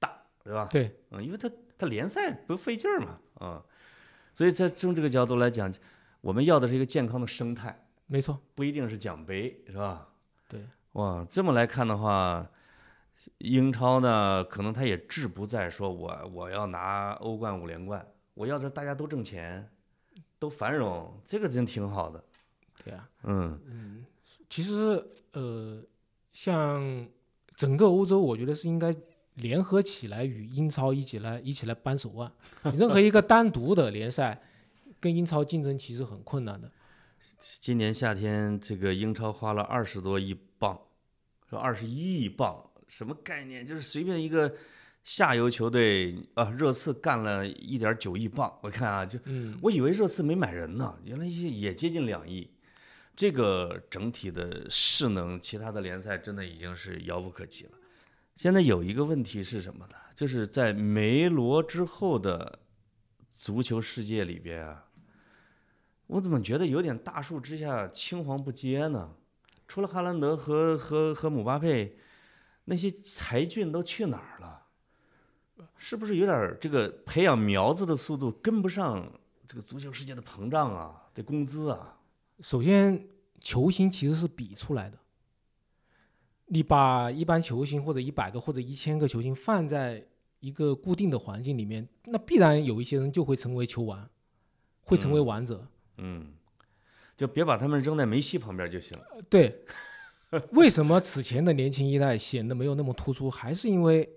S2: 大，对吧？
S1: 对
S2: 嗯，因为他他联赛不费劲儿嘛，啊、所以在从这个角度来讲，我们要的是一个健康的生态。
S1: 没错，
S2: 不一定是奖杯，是吧？
S1: 对，
S2: 哇，这么来看的话，英超呢，可能他也志不在说我我要拿欧冠五连冠，我要的是大家都挣钱，都繁荣，这个真挺好的。
S1: 对啊。
S2: 嗯
S1: 其实呃，像整个欧洲，我觉得是应该联合起来与英超一起来一起来扳手腕。你任何一个单独的联赛跟英超竞争其实很困难的。
S2: 今年夏天这个英超花了二十多亿镑，说二十一亿镑，什么概念？就是随便一个下游球队啊，热刺干了一点九亿镑，我看啊，就
S1: 嗯，
S2: 我以为热刺没买人呢，原来也也接近两亿。这个整体的势能，其他的联赛真的已经是遥不可及了。现在有一个问题是什么呢？就是在梅罗之后的足球世界里边啊，我怎么觉得有点大树之下青黄不接呢？除了哈兰德和和和姆巴佩，那些才俊都去哪儿了？是不是有点儿这个培养苗子的速度跟不上这个足球世界的膨胀啊，这工资啊，
S1: 首先球星其实是比出来的，你把一般球星或者一百个或者一千个球星放在一个固定的环境里面，那必然有一些人就会成为球王，会成为王者。
S2: 嗯，就别把他们扔在梅西旁边就行。
S1: 呃 对，为什么此前的年轻一代显得没有那么突出？还是因为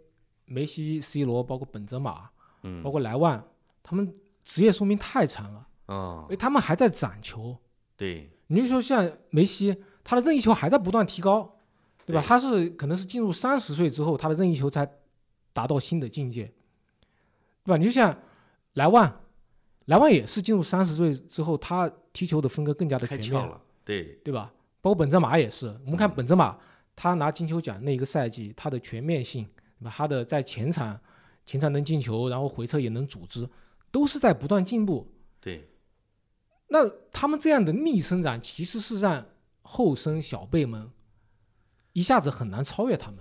S1: 梅西、C 罗，包括本泽马，
S2: 嗯
S1: 包括莱万，他们职业寿命太长了，
S2: 啊、
S1: 因为他们还在攒球。
S2: 对，
S1: 你就说像梅西，他的任意球还在不断提高，对吧？
S2: 对
S1: 他是可能是进入三十岁之后，他的任意球才达到新的境界，对吧？你就像莱万，莱万也是进入三十岁之后，他踢球的风格更加的
S2: 开
S1: 全
S2: 窍
S1: 面，
S2: 了。对，
S1: 对吧？包括本泽马也是，我们看
S2: 嗯
S1: 本泽马，他拿金球奖那一个赛季，他的全面性，对吧？他的在前场前场能进球，然后回撤也能组织，都是在不断进步。
S2: 对，
S1: 那他们这样的逆生长，其实是让后生小辈们一下子很难超越他们。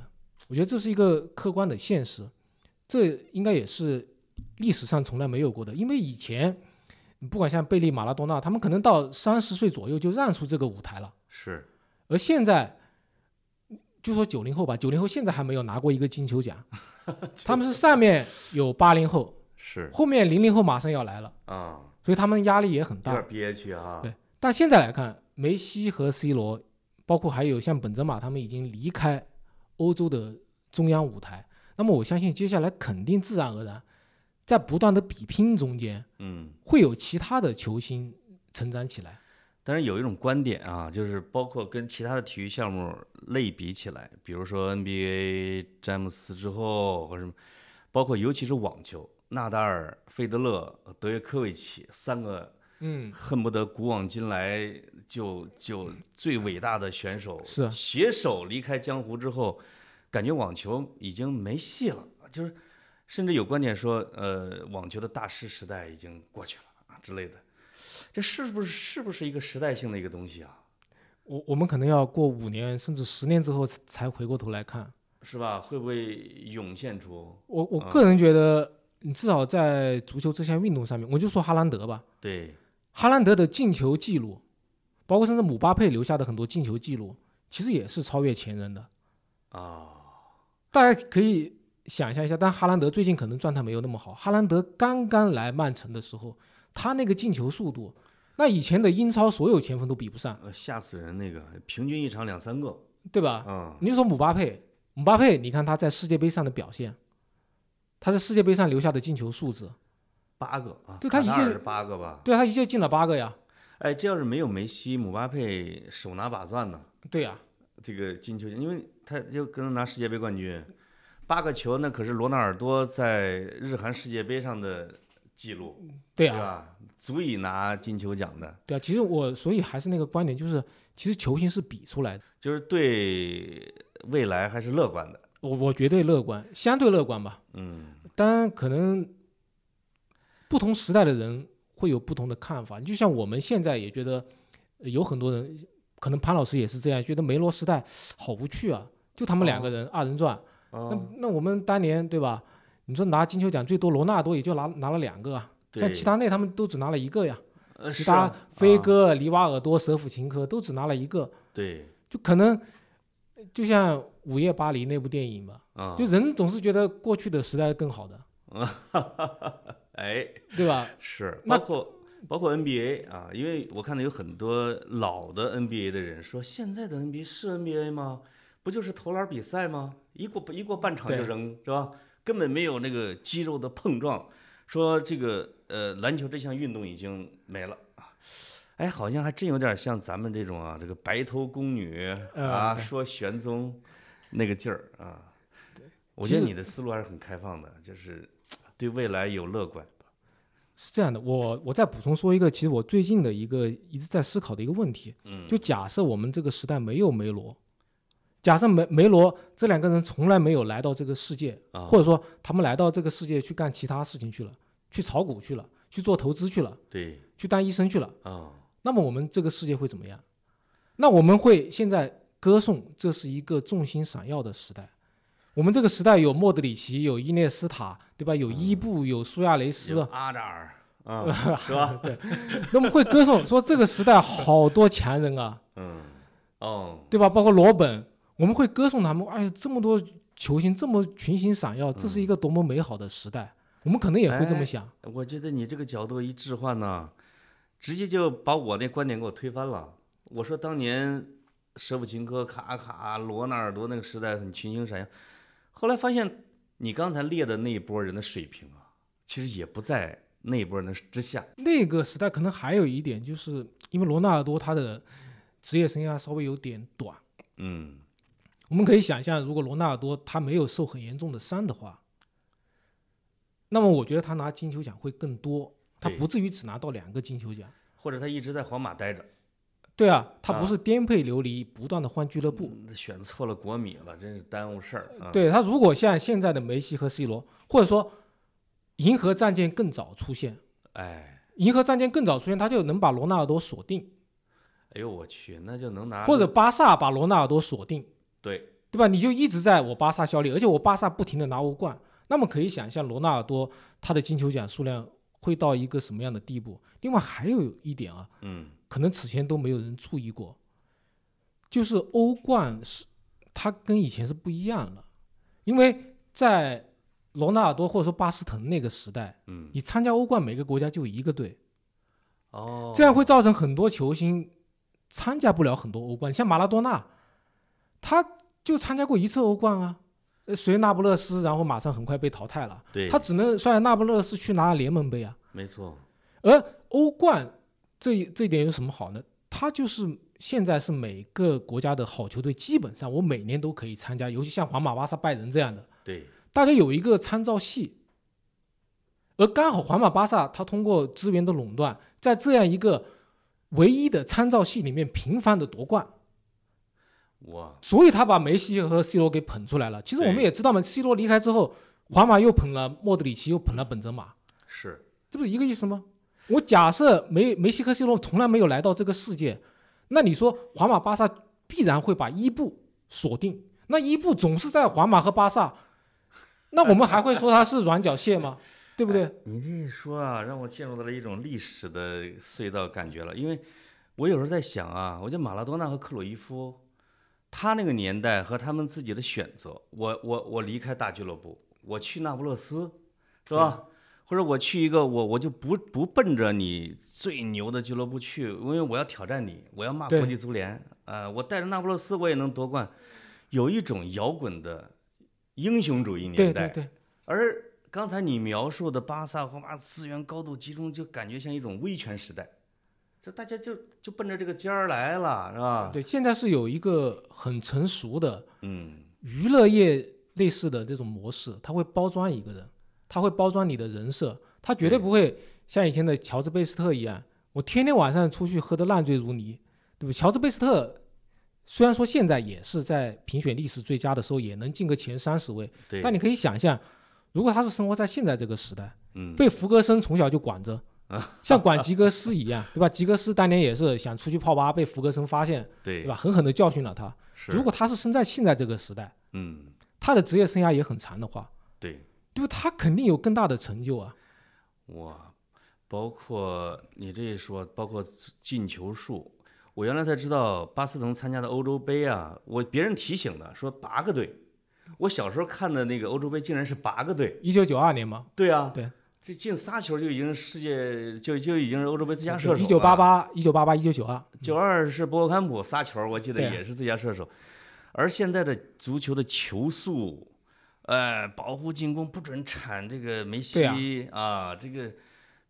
S1: 我觉得这是一个客观的现实，这应该也是历史上从来没有过的。因为以前，不管像贝利、马拉多纳，他们可能到三十岁左右就让出这个舞台了，
S2: 是，
S1: 而现在。就说九零后吧，九零后现在还没有拿过一个金球奖，他们是上面有八零后，
S2: 是
S1: 后面零零后马上要来了，
S2: 啊，
S1: 所以他们压力也很
S2: 有
S1: 大。
S2: 点憋屈啊。
S1: 对但现在来看，梅西和 C 罗，包括还有像本泽马，他们已经离开欧洲的中央舞台。那么我相信，接下来肯定自然而然，在不断的比拼中间，
S2: 嗯，
S1: 会有其他的球星成长起来。
S2: 但是有一种观点啊，就是包括跟其他的体育项目类比起来，比如说 NBA 詹姆斯之后或者什么，包括尤其是网球，纳达尔、费德勒、德约科维奇三个
S1: 嗯，
S2: 恨不得古往今来就就最伟大的选手
S1: 是啊
S2: 携手离开江湖之后，感觉网球已经没戏了，就是甚至有观点说，呃，网球的大师时代已经过去了啊之类的，这是不是是不是一个时代性的一个东西啊？
S1: 我我们可能要过五年甚至十年之后才才回过头来看。
S2: 是吧？会不会涌现出
S1: 我我
S2: 啊
S1: 个人觉得，你至少在足球这项运动上面，我就说哈兰德吧，
S2: 对
S1: 哈兰德的进球记录，包括甚至姆巴佩留下的很多进球记录，其实也是超越前人的。
S2: 啊？
S1: 大家可以想象一下，但哈兰德最近可能状态没有那么好。哈兰德刚刚来曼城的时候，他那个进球速度，那以前的英超所有前锋都比不上，
S2: 呃，吓死人！那个平均一场两三个，
S1: 对吧？
S2: 嗯，
S1: 你就说姆巴佩，姆巴佩，你看他在世界杯上的表现，他在世界杯上留下的进球数字，
S2: 八个啊，
S1: 对他
S2: 卡
S1: 一
S2: 纳
S1: 届
S2: 尔是八个吧？
S1: 对啊他一届进了八个呀，
S2: 哎，这要是没有梅西、姆巴佩手拿把钻呢？
S1: 对呀、
S2: 这个金球奖，因为他又跟他拿世界杯冠军，八个球那可是罗纳尔多在日韩世界杯上的记录，
S1: 对啊
S2: 对啊
S1: 呀、
S2: 吧？足以拿金球奖的，
S1: 对啊。其实我所以还是那个观点，就是其实球星是比出来的，
S2: 就是对未来还是乐观的。
S1: 我我绝对乐观，相对乐观吧。
S2: 嗯，
S1: 当然，可能不同时代的人会有不同的看法。就像我们现在也觉得，呃有很多人，可能潘老师也是这样，觉得梅罗时代好无趣啊，就他们两个人、二人转。那
S2: 哦，
S1: 那我们当年对吧？你说拿金球奖最多，罗纳尔多也就拿拿了两个啊，像
S2: 对
S1: 齐达内他们都只拿了一个呀，
S2: 呃
S1: 其
S2: 是
S1: 他
S2: 啊
S1: 飞
S2: 啊哦
S1: 哥、里瓦尔多、舍甫琴科都只拿了一个，
S2: 对
S1: 就可能呃就像《午夜巴黎》那部电影吧，
S2: 啊，
S1: 就人总是觉得过去的时代更好的，
S2: 哎
S1: 对吧？
S2: 是，
S1: 那
S2: 包括包括 NBA 啊，因为我看到有很多老的 NBA 的人说，现在的 NBA 是 NBA 吗？不就是投篮比赛吗？一过一过半场就
S1: 对
S2: 扔，是吧？根本没有那个肌肉的碰撞。说这个呃，篮球这项运动已经没了啊。哎，好像还真有点像咱们这种啊，这个白头宫女
S1: 呃
S2: 啊，
S1: 对
S2: 说玄宗那个劲儿啊。我
S1: 其
S2: 觉
S1: 实
S2: 得你的思路还是很开放的，就是对未来有乐观。
S1: 是这样的，我我再补充说一个，其实我最近的一个一直在思考的一个问题，
S2: 嗯，
S1: 就假设我们这个时代没有梅罗，假设梅梅罗这两个人从来没有来到这个世界，
S2: 啊
S1: 或者说他们来到这个世界去干其他事情去了，去炒股去了，去做投资去了，
S2: 对
S1: 去当医生去了，
S2: 啊，
S1: 那么我们这个世界会怎么样？那我们会现在歌颂这是一个众星闪耀的时代。我们这个时代有莫德里奇，有伊涅斯塔，对吧？有伊布，有苏亚雷斯
S2: 有，阿扎尔 啊，是吧？
S1: 那么会歌颂说这个时代好多强人啊，
S2: 嗯，哦，
S1: 对吧？包括罗本，我们会歌颂他们。哎，这么多球星，这么群星闪耀，这是一个多么美好的时代。我们可能也会这
S2: 哎
S1: 么想。
S2: 我觉得你这个角度一置换呢，直接就把我那观点给我推翻了。我说当年舍甫琴科、卡卡、罗纳尔多那个时代很群星闪耀，后来发现你刚才列的那一波人的水平啊，其实也不在那一波人的之下。
S1: 那个时代可能还有一点，就是因为罗纳尔多他的职业生涯稍微有点短，
S2: 嗯，
S1: 我们可以想象，如果罗纳尔多他没有受很严重的伤的话，那么我觉得他拿金球奖会更多，他
S2: 对
S1: 不至于只拿到两个金球奖。
S2: 或者他一直在皇马待着，
S1: 对啊，他
S2: 啊
S1: 不是颠沛流离，不断的换俱乐部。
S2: 嗯选错了国米了，真是耽误事儿啊。
S1: 对他如果像现在的梅西和 C 罗，或者说银河战舰更早出现，
S2: 哎，
S1: 银河战舰更早出现，他就能把罗纳尔多锁定，
S2: 哎呦我去，那就能拿
S1: 或者巴萨把罗纳尔多锁定，
S2: 对，
S1: 对吧？你就一直在我巴萨效力，而且我巴萨不停的拿欧冠，那么可以想象罗纳尔多他的金球奖数量会到一个什么样的地步。另外还有一点啊，
S2: 嗯
S1: 可能此前都没有人注意过，就是欧冠是它跟以前是不一样了，因为在罗纳尔多或者说巴斯滕那个时代，
S2: 嗯，
S1: 你参加欧冠每个国家就一个队，
S2: 哦，
S1: 这样会造成很多球星参加不了很多欧冠，像马拉多纳，他就参加过一次欧冠啊。呃随那不勒斯，然后马上很快被淘汰了。
S2: 对，
S1: 他只能率那不勒斯去拿联盟杯啊。
S2: 没错，
S1: 而欧冠这一这一点有什么好呢？它就是现在是每个国家的好球队，基本上我每年都可以参加，尤其像皇马、巴萨、拜仁这样的，
S2: 对，
S1: 大家有一个参照系。而刚好皇马、巴萨，它通过资源的垄断，在这样一个唯一的参照系里面频繁的夺冠，
S2: 哇，
S1: 所以他把梅西和 C 罗给捧出来了。其实我们
S2: 对
S1: 也知道嘛，C 罗离开之后，皇马又捧了莫德里奇，又捧了本泽马，
S2: 是，
S1: 这不是一个意思吗？我假设梅梅西和 C 罗从来没有来到这个世界，那你说皇马、巴萨必然会把伊布锁定，那伊布总是在皇马和巴萨，那我们还会说他是软脚蟹吗？对不对？
S2: 你这一说啊，让我进入到了一种历史的隧道感觉了。因为我有时候在想啊，我觉得马拉多纳和克鲁伊夫，他那个年代和他们自己的选择，我我我离开大俱乐部，我去那不勒斯，是吧？或者我去一个我我就不不奔着你最牛的俱乐部去，因为我要挑战你，我要骂
S1: 对
S2: 国际足联，呃，我带着那不勒斯我也能夺冠，有一种摇滚的英雄主义
S1: 对
S2: 年代
S1: 对，对，
S2: 而刚才你描述的巴萨、皇马资源高度集中，就感觉像一种威权时代，这大家就就奔着这个尖儿来了，是吧？
S1: 对，现在是有一个很成熟的
S2: 嗯，
S1: 娱乐业类似的这种模式，它会包装一个人，它会包装你的人设，它绝对
S2: 对
S1: 不会像以前的乔治贝斯特一样，我天天晚上出去喝得烂醉如泥，对不对？乔治贝斯特虽然说现在也是在评选历史最佳的时候也能进个前三十位，
S2: 嗯对。
S1: 但你可以想象，如果他是生活在现在这个时代，
S2: 嗯，
S1: 被福格森从小就管 着。像管吉格斯一样，对吧？吉格斯当年也是想出去泡吧，被福格森发现，
S2: 对
S1: 对吧？狠狠地教训了他。
S2: 是，
S1: 如果他是生在现在这个时代，
S2: 嗯，
S1: 他的职业生涯也很长的话，
S2: 对，
S1: 对吧？他肯定有更大的成就啊。
S2: 哇，包括你这一说，包括进球数，我原来才知道巴斯滕参加的欧洲杯啊，我别人提醒的，说八个队，我小时候看的那个欧洲杯竟然是八个队，
S1: 一九九二年嘛，
S2: 对啊，
S1: 对，
S2: 这进仨球就已经是世界就就已经是欧洲杯最佳射手了。
S1: 一九八八、一九八八、一九九二，
S2: 九二是博格坎普仨球，我记得
S1: 对啊
S2: 也是最佳射手。而现在的足球的球速，呃，保护进攻不准铲这个梅
S1: 对啊
S2: 西啊这个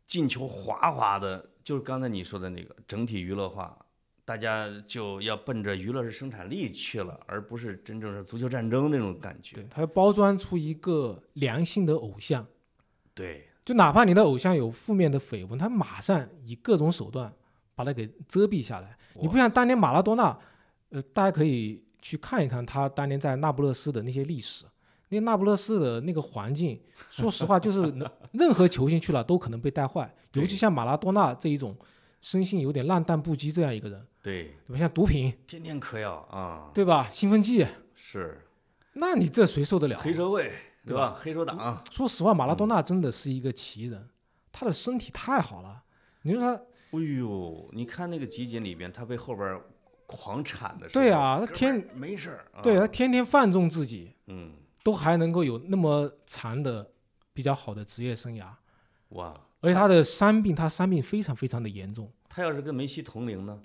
S2: 进球哗哗的，就是刚才你说的那个整体娱乐化，大家就要奔着娱乐是生产力去了，而不是真正是足球战争那种感觉
S1: 对。，他要包装出一个良性的偶像，
S2: 对，
S1: 就哪怕你的偶像有负面的绯闻，他马上以各种手段把它给遮蔽下来。你不像当年马拉多纳，呃，大家可以去看一看他当年在那不勒斯的那些历史。那那不勒斯的那个环境，说实话，就是能任何球星去了都可能被带坏，尤其
S2: 对
S1: 像马拉多纳这一种生性有点浪荡不羁这样一个人，
S2: 对，
S1: 对吧？像毒品，
S2: 天天嗑药啊，
S1: 对吧？兴奋剂，
S2: 是
S1: 那你这谁受得了？
S2: 黑社会
S1: 对
S2: 对吧？黑手党，
S1: 说实话，马拉多纳真的是一个奇人，他的身体太好了。你说他
S2: 哎呦，你看那个集锦里边，他被后边狂铲的时候，
S1: 对啊那
S2: 哥们儿
S1: 天
S2: 没事儿，啊
S1: 对他天天放纵自己，
S2: 嗯，
S1: 都还能够有那么长的比较好的职业生涯，
S2: 哇，
S1: 而且他的伤病，他伤病非常非常的严重。
S2: 他要是跟梅西同龄呢，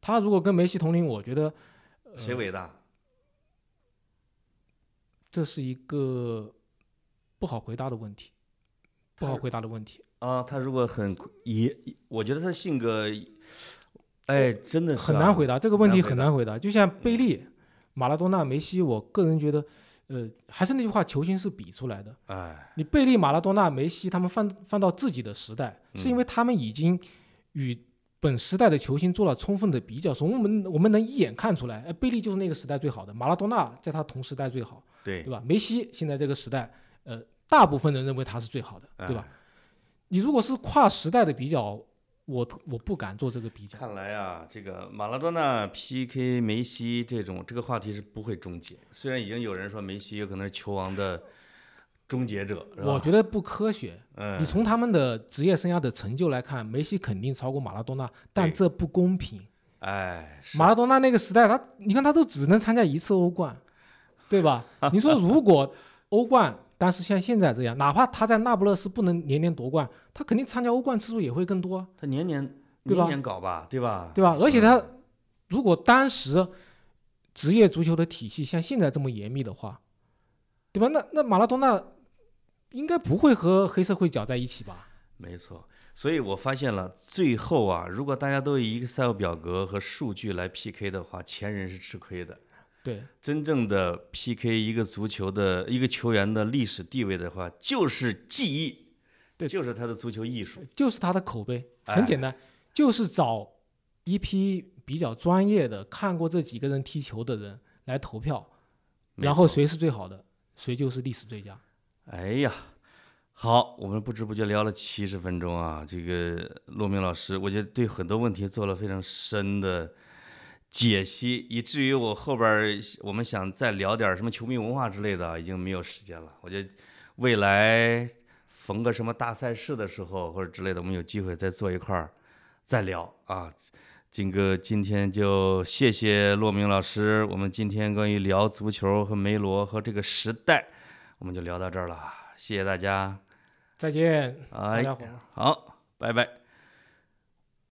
S1: 他如果跟梅西同龄，我觉得呃
S2: 谁伟大？
S1: 这是一个不好回答的问题，不好回答的问题。
S2: 啊，他如果很也，我觉得他性格，哎，真的是、
S1: 很难回答这个问题，很
S2: 很
S1: 难回答。就像
S2: 嗯
S1: 贝利、马拉多纳、梅西，我个人觉得，呃，还是那句话，球星是比出来的。
S2: 哎，
S1: 你贝利、马拉多纳、梅西他们放放到自己的时代，
S2: 嗯
S1: 是因为他们已经与本时代的球星做了充分的比较，所以我们我们能一眼看出来，哎，贝利就是那个时代最好的，马拉多纳在他同时代最好，
S2: 对
S1: 对，吧？梅西现在这个时代，呃，大部分人认为他是最好
S2: 哎
S1: 的，对吧？你如果是跨时代的比较，我我不敢做这个比较。
S2: 看来啊，这个马拉多纳 PK 梅西这种这个话题是不会终结。虽然已经有人说梅西有可能是球王的终结者，是吧？
S1: 我觉得不科学。
S2: 嗯
S1: 你，从他们的职业生涯的成就来看，梅西肯定超过马拉多纳，但
S2: 对
S1: 这不公平。
S2: 哎，是
S1: 马拉多纳那个时代，他你看他都只能参加一次欧冠，对吧？你说如果欧冠当时像现在这样，哪怕他在那不勒斯不能年年夺冠，他肯定参加欧冠次数也会更多啊，
S2: 他年年
S1: 对吧
S2: 年年搞吧，对吧？嗯
S1: 对吧？而且他如果当时职业足球的体系像现在这么严密的话，对吧？那那马拉多纳应该不会和黑社会搅在一起吧？
S2: 没错。所以我发现了，最后啊，如果大家都以 Excel 表格和数据来 PK 的话，前人是吃亏的。
S1: 对，
S2: 真正的 PK 一个足球的一个球员的历史地位的话，就是技艺，
S1: 对
S2: 就是他的足球艺术。
S1: 就是他的口碑，
S2: 哎
S1: 很简单，就是找一批比较专业的看过这几个人踢球的人来投票，
S2: 没
S1: 然后
S2: 错？
S1: 谁是最好的，谁就是历史最佳。
S2: 哎呀，好，我们不知不觉聊了七十分钟啊！这个骆明老师，我觉得对很多问题做了非常深的解析，以至于我后边儿我们想再聊点儿什么球迷文化之类的啊，已经没有时间了。我觉得未来逢个什么大赛事的时候或者之类的，我们有机会再坐一块儿再聊啊。金哥，今天就谢谢骆明老师。我们今天关于聊足球和梅罗和这个时代，我啊们就聊到这儿了，谢谢大家，
S1: 再见，大
S2: 哎
S1: 家，伙。
S2: 好，拜拜。